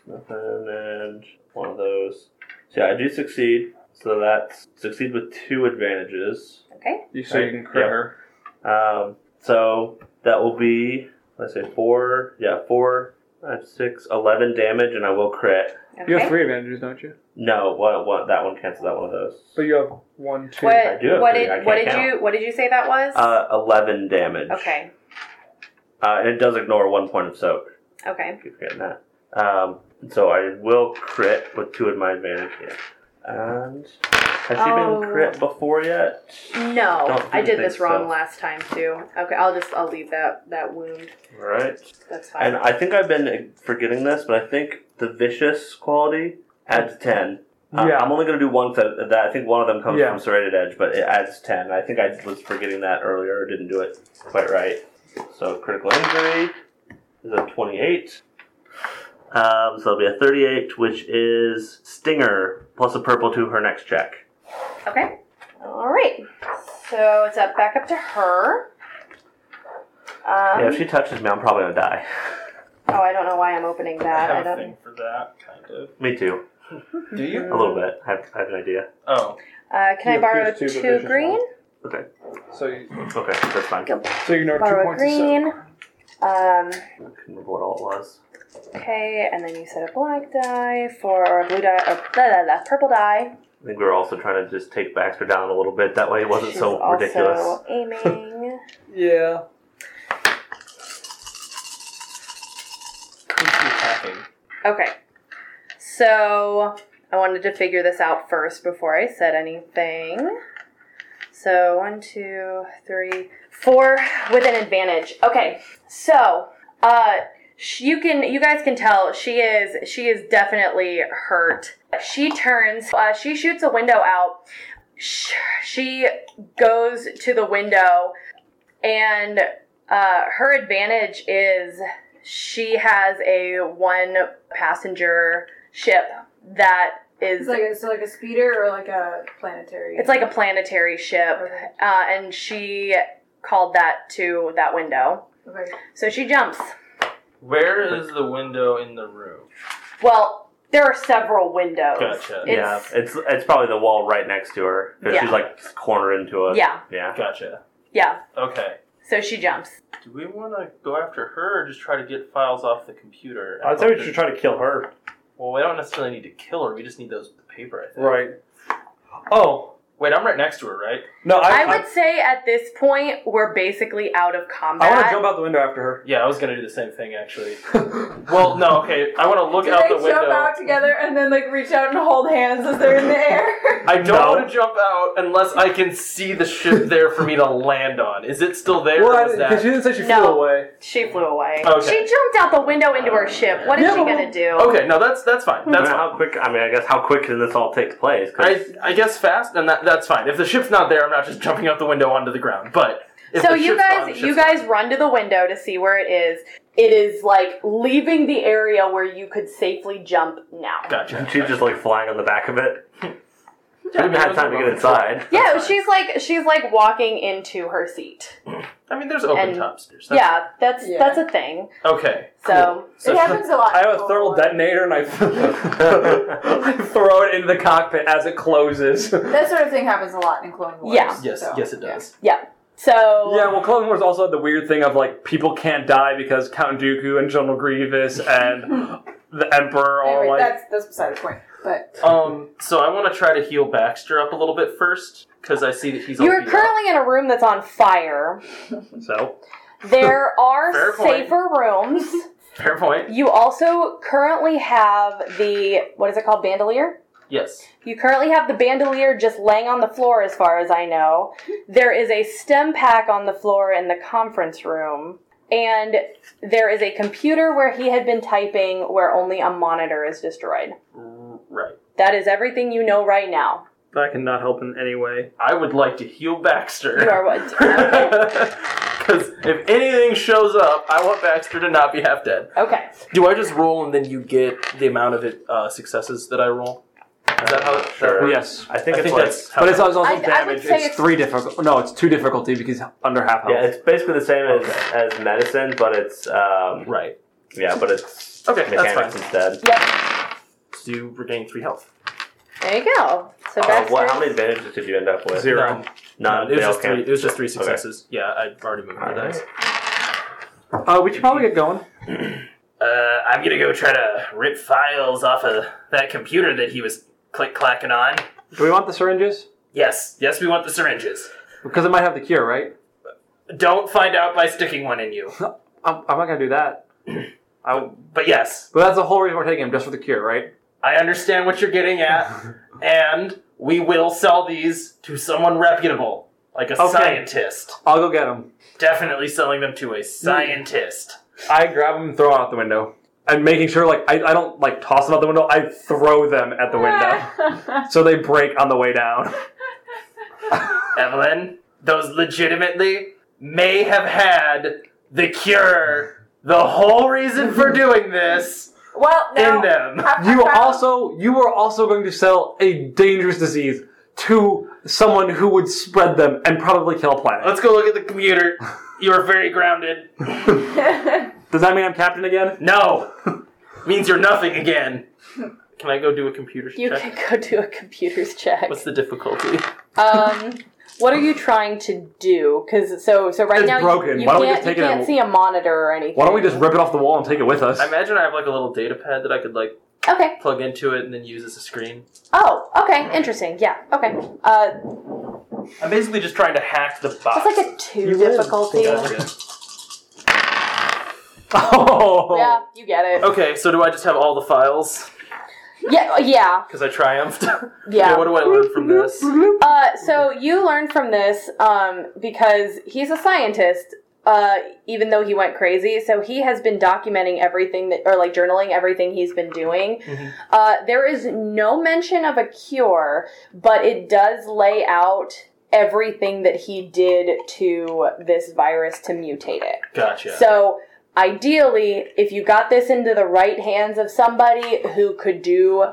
Speaker 6: Nothing and one of those. So yeah, I do succeed. So that's succeed with two advantages.
Speaker 2: Okay.
Speaker 5: You so you
Speaker 6: Right.
Speaker 5: can crit
Speaker 6: Yeah.
Speaker 5: her.
Speaker 6: Um, so that will be let's say four. Yeah, four, five, six, eleven damage, and I will crit.
Speaker 2: okay.
Speaker 5: You have three advantages, don't you?
Speaker 6: No, what, what that one cancels out one of those.
Speaker 5: But you have one, two.
Speaker 2: What,
Speaker 6: I do have
Speaker 2: what
Speaker 6: three.
Speaker 2: did
Speaker 6: I can't
Speaker 2: what did
Speaker 6: count.
Speaker 2: you what did you say that was?
Speaker 6: Uh, eleven damage.
Speaker 2: okay,
Speaker 6: Uh, and it does ignore one point of soak.
Speaker 2: okay,
Speaker 6: Keep forgetting that. Um, so I will crit with two of my advantage here. And has she
Speaker 2: Oh.
Speaker 6: been crit before yet?
Speaker 2: no,
Speaker 6: Don't
Speaker 2: I did
Speaker 6: think
Speaker 2: this wrong
Speaker 6: so.
Speaker 2: last time too. Okay, I'll just I'll leave that that wound.
Speaker 6: Right.
Speaker 2: That's fine.
Speaker 6: And I think I've been forgetting this, but I think the vicious quality adds 10. Uh,
Speaker 5: Yeah.
Speaker 6: I'm only going to do one th- that. I think one of them comes
Speaker 5: Yeah.
Speaker 6: from Serrated Edge, but it adds 10. I think I was forgetting that earlier or didn't do it quite right. So critical injury is a 28. Um, so it'll be a 38, which is Stinger plus a purple to her next check.
Speaker 2: okay, all right. So it's up back up to her. Um,
Speaker 6: yeah, if she touches me, I'm probably going to die.
Speaker 2: oh, I don't know why I'm opening
Speaker 4: I
Speaker 2: that. I,
Speaker 4: have a
Speaker 2: don't.
Speaker 4: thing for that, kind of.
Speaker 6: me too.
Speaker 4: Do you?
Speaker 6: A little bit. I have, I have an idea.
Speaker 4: Oh.
Speaker 2: Uh, can I
Speaker 5: You
Speaker 2: borrow
Speaker 5: have two,
Speaker 2: two,
Speaker 5: but there's just
Speaker 2: green?
Speaker 6: Okay.
Speaker 5: So you,
Speaker 6: Okay, that's fine.
Speaker 5: so you know two
Speaker 2: Borrow a
Speaker 5: points. of soak.
Speaker 2: green. Um,
Speaker 6: I couldn't remember what all it was.
Speaker 2: okay, and then you said a black die for or a blue die or blah, blah, blah, purple die.
Speaker 6: I think we were also trying to just take Baxter down a little bit. That way it wasn't
Speaker 2: She's
Speaker 6: so
Speaker 2: also
Speaker 6: ridiculous.
Speaker 2: Aiming.
Speaker 5: Yeah.
Speaker 4: Who's she attacking?
Speaker 2: Okay. So I wanted to figure this out first before I said anything. So one, two, three, four with an advantage. Okay. So uh sh- you can you guys can tell she is she is definitely hurt. She turns uh, she shoots a window out. Sh- She goes to the window and uh, her advantage is she has a one passenger ship that is
Speaker 7: It's like a, so like a speeder or like a planetary.
Speaker 2: it's like a planetary ship
Speaker 7: Okay.
Speaker 2: uh, and she called that to that window
Speaker 7: okay.
Speaker 2: so she jumps
Speaker 4: Where is the window in the room?
Speaker 2: well there are several windows
Speaker 4: Gotcha.
Speaker 6: yeah, it's it's probably the wall right next to her. 'cause
Speaker 2: Yeah.
Speaker 6: She's like cornered into a
Speaker 2: yeah
Speaker 6: yeah.
Speaker 4: Gotcha.
Speaker 2: yeah
Speaker 4: Okay.
Speaker 2: so she jumps
Speaker 4: Do we want to go after her or just try to get files off the computer?
Speaker 5: I'd say we should try to kill her.
Speaker 4: Well, we don't necessarily need to kill her. We just need those paper, I think.
Speaker 5: Right. Oh
Speaker 4: Wait, I'm right next to her, right?
Speaker 5: no, I
Speaker 2: i,
Speaker 5: I,
Speaker 2: would say at this point we're basically out of combat
Speaker 5: want to jump out the window after her.
Speaker 4: Yeah, I was going to do the same thing, actually. well, no, okay. I want to look
Speaker 7: Do
Speaker 4: out
Speaker 7: they
Speaker 4: the window.
Speaker 7: jump out together and then like reach out and hold hands as they're in the air?
Speaker 4: I don't
Speaker 5: No.
Speaker 4: want to jump out unless I can see the ship there for me to land on. Is it still there?
Speaker 5: Well,
Speaker 4: or
Speaker 5: I,
Speaker 4: was
Speaker 5: because
Speaker 4: that?
Speaker 5: she didn't say she
Speaker 2: No.
Speaker 5: flew away.
Speaker 2: she flew away
Speaker 4: Okay.
Speaker 2: she jumped out the window into her ship what is
Speaker 5: Yeah,
Speaker 2: she
Speaker 5: but-
Speaker 2: gonna do
Speaker 4: Okay, no, that's that's fine.
Speaker 6: That's
Speaker 4: That's fine.
Speaker 6: how quick. I mean, I guess how quick can this all take place? 'Cause-
Speaker 4: I, I guess fast, and that, that's fine. If the ship's not there, I'm not just jumping out the window onto the ground. But
Speaker 6: If
Speaker 2: so
Speaker 6: the
Speaker 2: you
Speaker 6: shit's on,
Speaker 2: guys
Speaker 6: shit's
Speaker 2: you
Speaker 6: on.
Speaker 2: guys run to the window to see where it is. It is like leaving the area where you could safely jump now.
Speaker 4: Gotcha.
Speaker 6: She's just like flying on the back of it. I haven't had time to get inside.
Speaker 2: Yeah, she's like she's like walking into her seat.
Speaker 4: I mean, there's open
Speaker 2: And-
Speaker 4: tops. There's
Speaker 2: yeah, that's
Speaker 7: Yeah.
Speaker 2: that's a thing.
Speaker 4: Okay.
Speaker 2: So
Speaker 4: So
Speaker 7: it happens a lot.
Speaker 5: I have a thermal detonator and I, I throw it into the cockpit as it closes. yeah,
Speaker 7: That sort of thing happens a lot in Clone Wars.
Speaker 2: Yeah.
Speaker 4: Yes,
Speaker 7: so,
Speaker 4: yes, it
Speaker 7: yeah.
Speaker 4: does.
Speaker 2: yeah. So
Speaker 5: well, Clone Wars also had the weird thing of like people can't die because Count Dooku and General Grievous and the Emperor are
Speaker 4: Oh,
Speaker 5: like.
Speaker 7: Anyway, that's that's beside the point. But
Speaker 4: Um, so I want to try to heal Baxter up a little bit first because I see that he's. all
Speaker 2: you're
Speaker 4: beat up.
Speaker 2: currently in a room that's on fire.
Speaker 5: So
Speaker 2: There
Speaker 4: Fair
Speaker 2: are
Speaker 4: point.
Speaker 2: safer rooms.
Speaker 4: Fair point.
Speaker 2: You also currently have the what is it called bandolier?
Speaker 4: Yes.
Speaker 2: You currently have the bandolier just laying on the floor, as far as I know. There is a stem pack on the floor in the conference room, and there is a computer where he had been typing where only a monitor is destroyed.
Speaker 4: Right.
Speaker 2: That is everything you know right now.
Speaker 9: That cannot help in any way.
Speaker 4: I would like to heal Baxter.
Speaker 2: You are what? Okay.
Speaker 4: Because if anything shows up, I want Baxter to not be half dead.
Speaker 2: okay.
Speaker 4: Do I just roll and then you get the amount of it, uh, successes that I roll? Is that how it
Speaker 6: Sure.
Speaker 4: that works?
Speaker 5: yes,
Speaker 6: I think
Speaker 4: I
Speaker 6: it's
Speaker 4: think
Speaker 6: like,
Speaker 4: that's-
Speaker 5: but it's also
Speaker 7: I- I would
Speaker 5: damage.
Speaker 7: say
Speaker 5: It's,
Speaker 7: it's-
Speaker 5: three difficult. No, it's two difficulty because under half health.
Speaker 6: yeah, it's basically the same as, as medicine, but it's um,
Speaker 4: Right.
Speaker 6: yeah, but it's
Speaker 4: Okay, that's
Speaker 6: mechanics
Speaker 4: fine.
Speaker 6: instead.
Speaker 2: Yep.
Speaker 4: So you regain three health.
Speaker 2: There you go. So
Speaker 6: Uh,
Speaker 2: Baxter.
Speaker 6: what, how many advantages did you end up with?
Speaker 4: Zero.
Speaker 6: None.
Speaker 4: it was
Speaker 6: They all
Speaker 4: just three.
Speaker 6: count.
Speaker 4: It was just three successes. Yeah, I've already moved the
Speaker 6: All right.
Speaker 4: dice.
Speaker 5: Uh, we should probably get going.
Speaker 4: Uh, I'm gonna go try to rip files off of that computer that he was click clacking on.
Speaker 5: Do we want the syringes?
Speaker 4: Yes, yes, we want the syringes.
Speaker 5: Because it might have the cure, right?
Speaker 4: Don't find out by sticking one in you.
Speaker 5: I'm, I'm not gonna do that.
Speaker 4: I, but yes,
Speaker 5: But that's the whole reason we're taking them, just for the cure, right?
Speaker 4: I understand what you're getting at, and we will sell these to someone reputable, like a
Speaker 5: Okay.
Speaker 4: scientist.
Speaker 5: I'll go get them.
Speaker 4: Definitely selling them to a scientist.
Speaker 5: I grab them and throw them out the window. I'm making sure, like, I, I don't, like, toss them out the window. I throw them at the window. so they break on the way down.
Speaker 4: Evelyn, those legitimately may have had the cure, the whole reason for doing this,
Speaker 7: well, now,
Speaker 4: in them.
Speaker 5: You
Speaker 7: found-
Speaker 5: also, you were also going to sell a dangerous disease to someone who would spread them and probably kill a planet.
Speaker 4: Let's go look at the computer. You are very grounded.
Speaker 5: Does that mean I'm captain again?
Speaker 4: No! Means you're nothing again. Can I go do a computer
Speaker 2: you
Speaker 4: check?
Speaker 2: can go do a computer's check.
Speaker 4: What's the difficulty?
Speaker 2: Um, what are you trying to do? Because so so right
Speaker 5: It's
Speaker 2: now you-
Speaker 5: broken.
Speaker 2: You,
Speaker 5: Why don't we
Speaker 2: can't,
Speaker 5: just take
Speaker 2: you
Speaker 5: it and-
Speaker 2: can't see a monitor or anything.
Speaker 5: Why don't we just rip it off the wall and take it with us?
Speaker 4: I imagine I have like a little data pad that I could like
Speaker 2: Okay.
Speaker 4: plug into it and then use as a screen.
Speaker 2: Oh, okay. Interesting. Yeah. Okay. Uh,
Speaker 4: I'm basically just trying to hack the box.
Speaker 2: that's like a two difficulty.
Speaker 5: oh!
Speaker 2: Yeah, you get it.
Speaker 4: Okay, so do I just have all the files?
Speaker 2: Yeah, uh, yeah,
Speaker 4: Because I triumphed.
Speaker 2: yeah.
Speaker 4: Okay, what do I learn from this?
Speaker 2: Uh, so you learn from this um, because he's a scientist. Uh, even though he went crazy, so he has been documenting everything that, or like journaling everything he's been doing. Uh, there is no mention of a cure, but it does lay out everything that he did to this virus to mutate it.
Speaker 4: Gotcha.
Speaker 2: So ideally, if you got this into the right hands of somebody who could do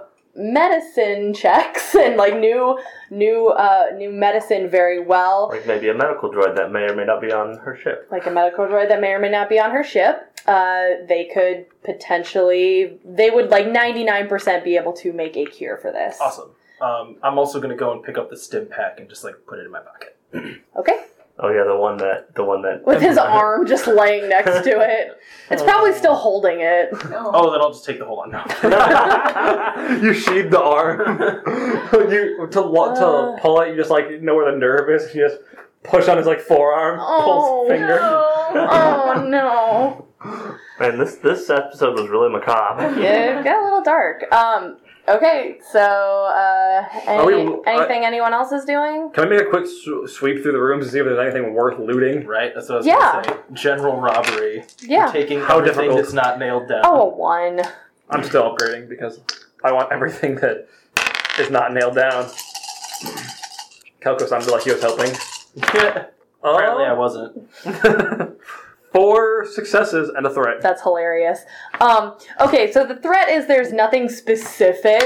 Speaker 2: medicine checks and like new new uh new medicine very well
Speaker 6: Like maybe a medical droid that may or may not be on her ship.
Speaker 2: like a medical droid that may or may not be on her ship uh they could potentially they would like 99% be able to make a cure for this
Speaker 4: awesome. Um, I'm also gonna go and pick up the stim pack and just like put it in my pocket.
Speaker 2: okay
Speaker 6: Oh yeah, the one that the one that
Speaker 2: with his arm just laying next to it it's probably still holding it
Speaker 4: Oh, then I'll just take the whole one now.
Speaker 5: you sheathed the arm. you to lo- to pull it. You just like know where the nerve is. You just push on his like forearm,
Speaker 2: Oh,
Speaker 5: pulls finger.
Speaker 2: oh no
Speaker 6: man, this this episode was really macabre.
Speaker 2: it got a little dark. Um. Okay. So, uh,
Speaker 5: Are we-
Speaker 2: any, anything anyone else is doing?
Speaker 5: Can I make a quick sw- sweep through the rooms to see if there's anything worth looting?
Speaker 4: Right? That's what I was
Speaker 2: Yeah.
Speaker 4: gonna say. General robbery.
Speaker 2: Yeah.
Speaker 4: Taking
Speaker 5: How
Speaker 4: everything
Speaker 5: difficult?
Speaker 4: that's not nailed down.
Speaker 2: Oh, a one.
Speaker 5: I'm still upgrading because I want everything that is not nailed down. Kelko sounded like he was helping.
Speaker 4: Apparently, I wasn't.
Speaker 5: Uh, Four successes and a threat.
Speaker 2: That's hilarious. Um, okay, so the threat is there's nothing specific,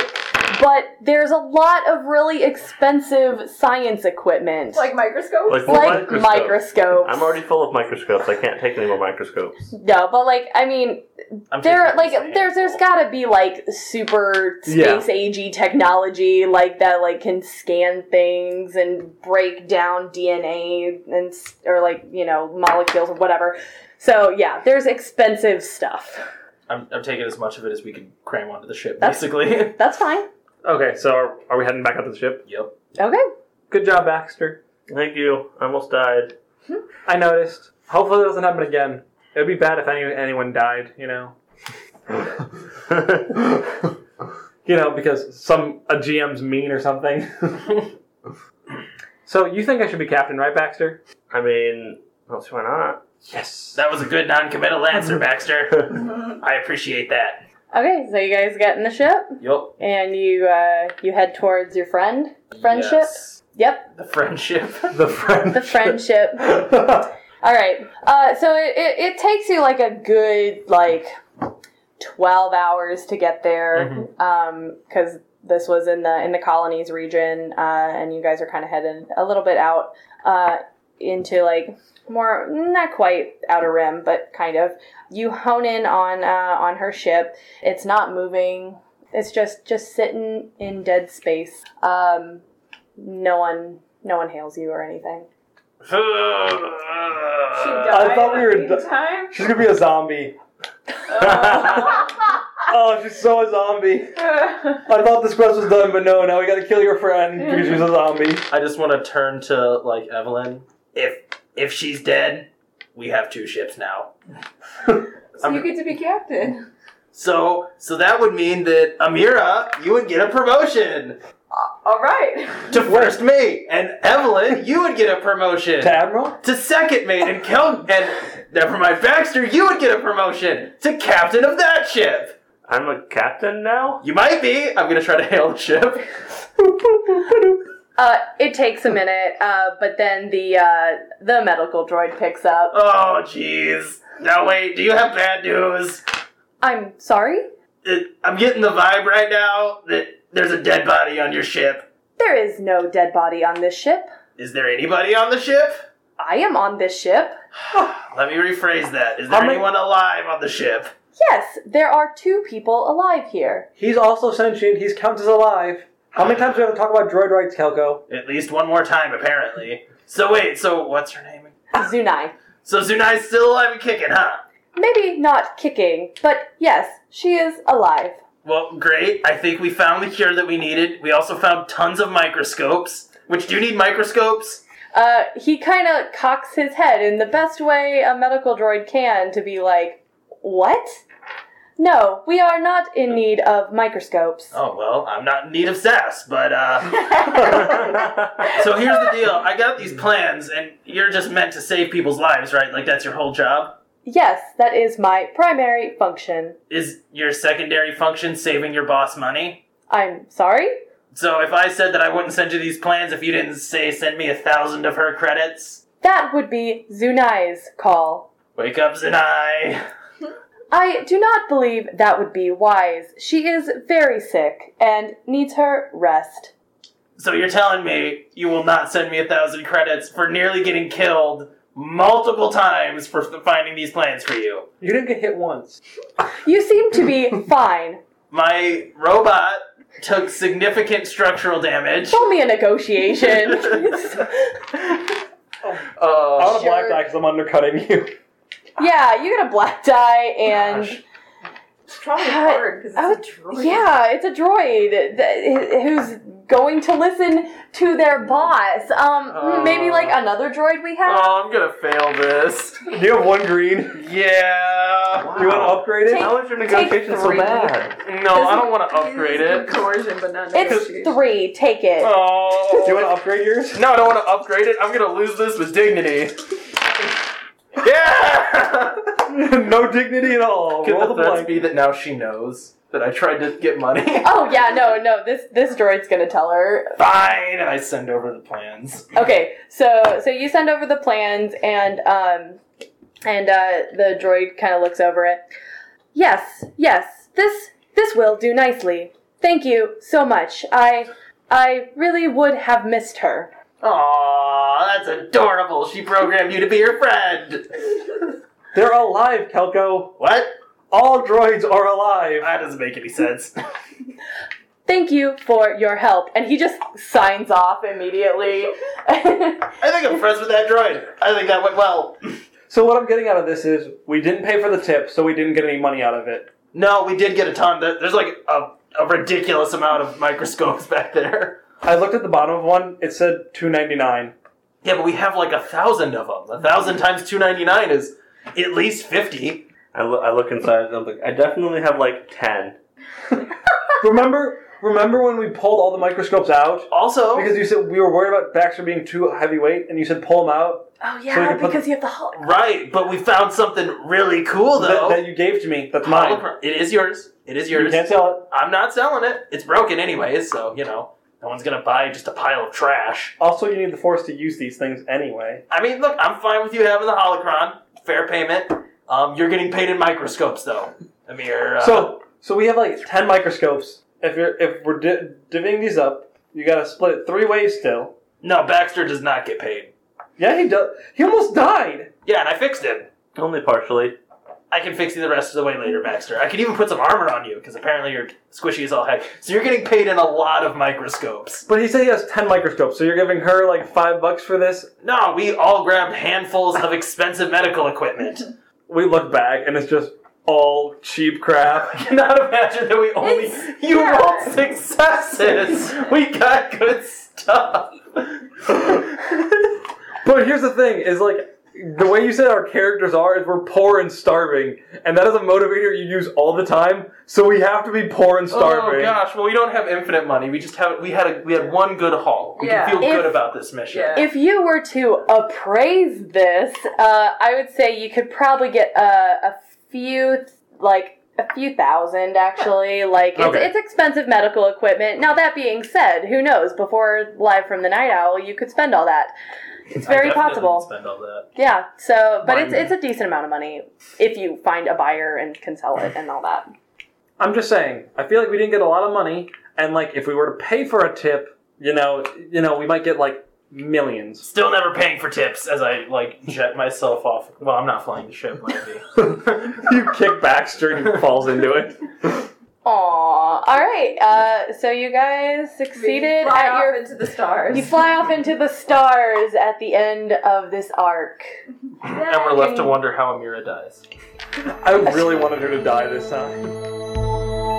Speaker 2: but there's a lot of really expensive science equipment.
Speaker 7: Like microscope?
Speaker 6: Like,
Speaker 2: like
Speaker 6: microscope.
Speaker 2: microscopes.
Speaker 6: I'm already full of microscopes. I can't take any more microscopes.
Speaker 2: No, but like I mean,
Speaker 4: I'm
Speaker 2: there
Speaker 4: taking
Speaker 2: like
Speaker 4: this
Speaker 2: there's there's
Speaker 4: handful.
Speaker 2: got to be like super
Speaker 5: Yeah.
Speaker 2: space agey technology like that like can scan things and break down DNA and s- or like you know molecules or whatever. So yeah, there's expensive stuff.
Speaker 4: I'm, I'm taking as much of it as we can cram onto the ship,
Speaker 2: That's-
Speaker 4: basically.
Speaker 2: That's fine.
Speaker 5: Okay, so are, are we heading back up to the ship?
Speaker 4: yep.
Speaker 2: Okay.
Speaker 5: Good job, Baxter.
Speaker 6: Thank you. I almost died.
Speaker 5: I noticed. Hopefully, it doesn't happen again. It would be bad if any anyone died, you know. You know, because some a GM's mean or something. so you think I should be captain, right, Baxter?
Speaker 6: I mean, I don't see why not.
Speaker 5: Yes.
Speaker 4: That was a good non committal answer, Baxter. I appreciate that.
Speaker 2: Okay, so you guys get in the ship
Speaker 4: Yep.
Speaker 2: and you uh, you head towards your friend. Friendship.
Speaker 4: Yes.
Speaker 2: Yep,
Speaker 4: The friendship.
Speaker 5: The friend.
Speaker 2: the friendship. All right. Uh, so it, it, it takes you like a good like twelve hours to get there because this was in the in the colonies region, uh, and you guys are kind of headed a little bit out uh, into like more not quite outer rim, but kind of. You hone in on uh, on her ship. It's not moving. It's just just sitting in dead space. Um, no one no one hails you or anything.
Speaker 7: she died
Speaker 5: I thought we were
Speaker 7: at the
Speaker 5: do-
Speaker 7: time.
Speaker 5: She's gonna be a zombie. oh, she's so a zombie. I thought this quest was done, but no, now we gotta kill your friend because she's a zombie.
Speaker 4: I just want to turn to like Evelyn. If if she's dead, we have two ships now.
Speaker 7: so you get to be captain.
Speaker 4: So so that would mean that Amira, you would get a promotion
Speaker 7: Uh, All right.
Speaker 4: to first mate, and Evelyn, you would get a promotion
Speaker 5: To Admiral?
Speaker 4: to second mate, and Kel and never mind Baxter, you would get a promotion to captain of that ship.
Speaker 6: I'm a captain now?
Speaker 4: You might be. I'm gonna try to hail the ship.
Speaker 2: Uh, it takes a minute, uh, but then the uh, the medical droid picks up.
Speaker 4: Oh jeez. Now wait, do you have bad news?
Speaker 2: I'm sorry.
Speaker 4: It, I'm getting the vibe right now that there's a dead body on your ship.
Speaker 2: There is no dead body on this ship.
Speaker 4: Is there anybody on the ship?
Speaker 2: I am on this ship.
Speaker 4: Let me rephrase that. Is there
Speaker 5: many-
Speaker 4: anyone alive on the ship?
Speaker 2: Yes, there are two people alive here.
Speaker 5: He's also sentient, he's counts as alive. How many times do we have to talk about droid rights, Kelko?
Speaker 4: At least one more time, apparently. So wait, so what's her name?
Speaker 2: Zunai.
Speaker 4: So Zunai's still alive and kicking, huh?
Speaker 2: Maybe not kicking, but yes, she is alive.
Speaker 4: Well, great. I think we found the cure that we needed. We also found tons of microscopes. Which do you need microscopes?
Speaker 2: Uh, he kind of cocks his head in the best way a medical droid can to be like, What? No, we are not in need of microscopes.
Speaker 4: Oh well, I'm not in need of sass, but uh So here's the deal. I got these plans and you're just meant to save people's lives, right? Like that's your whole job.
Speaker 2: Yes, that is my primary function.
Speaker 4: Is your secondary function saving your boss money?
Speaker 2: I'm sorry?
Speaker 4: So if I said that I wouldn't send you these plans if you didn't say send me a thousand of her credits,
Speaker 2: That would be Zunai's call.
Speaker 4: wake up Zenai.
Speaker 2: I do not believe that would be wise. She is very sick and needs her rest.
Speaker 4: So you're telling me you will not send me a thousand credits for nearly getting killed multiple times for f- finding these plans for you.
Speaker 5: You didn't get hit once.
Speaker 2: You seem to be fine.
Speaker 4: My robot took significant structural damage.
Speaker 2: Call me a negotiation.
Speaker 5: I
Speaker 4: Uh,
Speaker 5: want a black die because I'm undercutting you.
Speaker 2: yeah, you get a black die and
Speaker 7: It's probably hard because it's
Speaker 2: Uh, I
Speaker 7: a droid.
Speaker 2: Yeah, it's a droid that, who's going to listen to their boss. Um, maybe like another droid we have.
Speaker 4: oh, I'm gonna fail this.
Speaker 5: Do you have one green?
Speaker 4: Yeah.
Speaker 5: Do you want to upgrade it?
Speaker 2: Take-
Speaker 6: How is your negotiation so
Speaker 2: three.
Speaker 6: bad?
Speaker 4: No, I don't want to upgrade
Speaker 7: It's
Speaker 4: it.
Speaker 7: Coercion, but not negotiation.
Speaker 2: it's three. Take it.
Speaker 4: Oh.
Speaker 5: Do you want to upgrade yours?
Speaker 4: No, I don't want to upgrade it. I'm gonna lose this with dignity. Yeah.
Speaker 5: no dignity at all.
Speaker 4: Could
Speaker 5: Roll the
Speaker 4: the threats
Speaker 5: blank.
Speaker 4: be that now she knows? that I tried to get money.
Speaker 2: Oh yeah, no, no. This this droid's gonna tell her.
Speaker 4: Fine, and I send over the plans.
Speaker 2: Okay, so so you send over the plans, and um, and uh, the droid kind of looks over it. Yes, yes. This this will do nicely. Thank you so much. I I really would have missed her.
Speaker 4: Aw, that's adorable. She programmed you to be her friend.
Speaker 5: They're alive, Kelko.
Speaker 4: What?
Speaker 5: All droids are alive.
Speaker 4: That doesn't make any sense.
Speaker 2: Thank you for your help. And he just signs off immediately.
Speaker 4: I think I'm friends with that droid. I think that went well.
Speaker 5: So what I'm getting out of this is we didn't pay for the tip, so we didn't get any money out of it.
Speaker 4: No, we did get a ton. There- There's like a, a ridiculous amount of microscopes back there.
Speaker 5: I looked at the bottom of one. It said two ninety nine.
Speaker 4: Yeah, but we have like a thousand of them. A thousand times two ninety nine is at least fifty.
Speaker 6: I, lo- I look inside and I'm like, I definitely have like 10.
Speaker 5: Remember, remember when we pulled all the microscopes out
Speaker 4: Also,
Speaker 5: because you said we were worried about Baxter being too heavyweight, and you said pull him out
Speaker 2: oh
Speaker 5: So we can put-
Speaker 2: you have the Hulk.
Speaker 4: right, but we found something really cool
Speaker 5: that,
Speaker 4: though.
Speaker 5: that you gave to me. That's mine.
Speaker 4: Hologram- It is yours. It is
Speaker 5: You
Speaker 4: yours.
Speaker 5: can't sell it.
Speaker 4: I'm not selling it. It's broken anyways, so you know, no one's gonna buy just a pile of trash.
Speaker 5: Also, you need the force to use these things anyway.
Speaker 4: I mean, look, I'm fine with you having the holocron. Fair payment. Um, you're getting paid in microscopes though. I mean, you're, uh,
Speaker 5: So, so we have like ten microscopes. If you're if we're di- divvying these up, you got to split it three ways. Still,
Speaker 4: no, Baxter does not get paid.
Speaker 5: yeah, he does. He almost died.
Speaker 4: Yeah, and I fixed him.
Speaker 6: Only partially.
Speaker 4: I can fix you the rest of the way later, Baxter. I can even put some armor on you because apparently you're squishy as all heck. So you're getting paid in a lot of microscopes.
Speaker 5: But he said he has ten microscopes, so you're giving her like five bucks for this.
Speaker 4: No, we all grabbed handfuls of expensive medical equipment.
Speaker 5: We look back, and it's just all cheap crap.
Speaker 4: I cannot imagine that we only
Speaker 7: It's-
Speaker 4: you
Speaker 7: yeah.
Speaker 4: rolled successes. We got good stuff.
Speaker 5: But here's the thing: is like the way you said our characters are is we're poor and starving, and that is a motivator you use all the time. So we have to be poor and
Speaker 4: Oh
Speaker 5: starving.
Speaker 4: gosh! Well, we don't have infinite money. We just have we had a, we had one good haul. We
Speaker 7: Yeah.
Speaker 4: can feel good
Speaker 2: If-
Speaker 4: about this mission.
Speaker 7: Yeah.
Speaker 2: If you were to appraise this, uh, I would say you could probably get a, a few, like a few thousand actually. Like it's,
Speaker 5: Okay.
Speaker 2: it's expensive medical equipment. Now that being said, who knows? Before live from the night owl, you could spend all that. It's
Speaker 4: I
Speaker 2: very
Speaker 4: definitely
Speaker 2: possible.
Speaker 4: Spend all that.
Speaker 2: Yeah. So, but it's
Speaker 4: Mine-
Speaker 2: it's a decent amount of money if you find a buyer and can sell it and all that.
Speaker 5: I'm just saying. I feel like we didn't get a lot of money, and like if we were to pay for a tip, you know, you know, we might get like millions.
Speaker 4: Still never paying for tips as I like jet myself off. Well, I'm not flying the ship. might be.
Speaker 5: you kick Baxter, and he falls into it.
Speaker 2: Aw. All right. Uh, so you guys succeeded
Speaker 7: Fly
Speaker 2: at
Speaker 7: off
Speaker 2: your
Speaker 7: into the stars.
Speaker 2: You fly off into the stars at the end of this arc.
Speaker 4: and we're left to wonder how Amira dies.
Speaker 5: I really wanted her to die this time.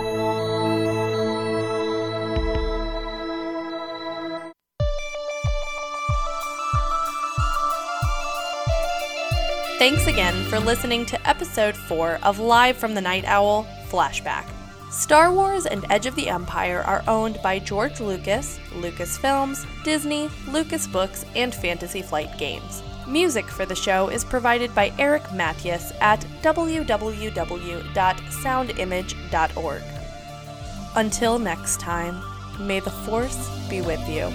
Speaker 1: Thanks again for listening to episode 4 of Live from the Night Owl Flashback. Star Wars and Edge of the Empire are owned by George Lucas, Lucasfilms, Disney, Lucas Books, and Fantasy Flight Games. Music for the show is provided by Eric Mathias at www.soundimage.org. Until next time, may the Force be with you.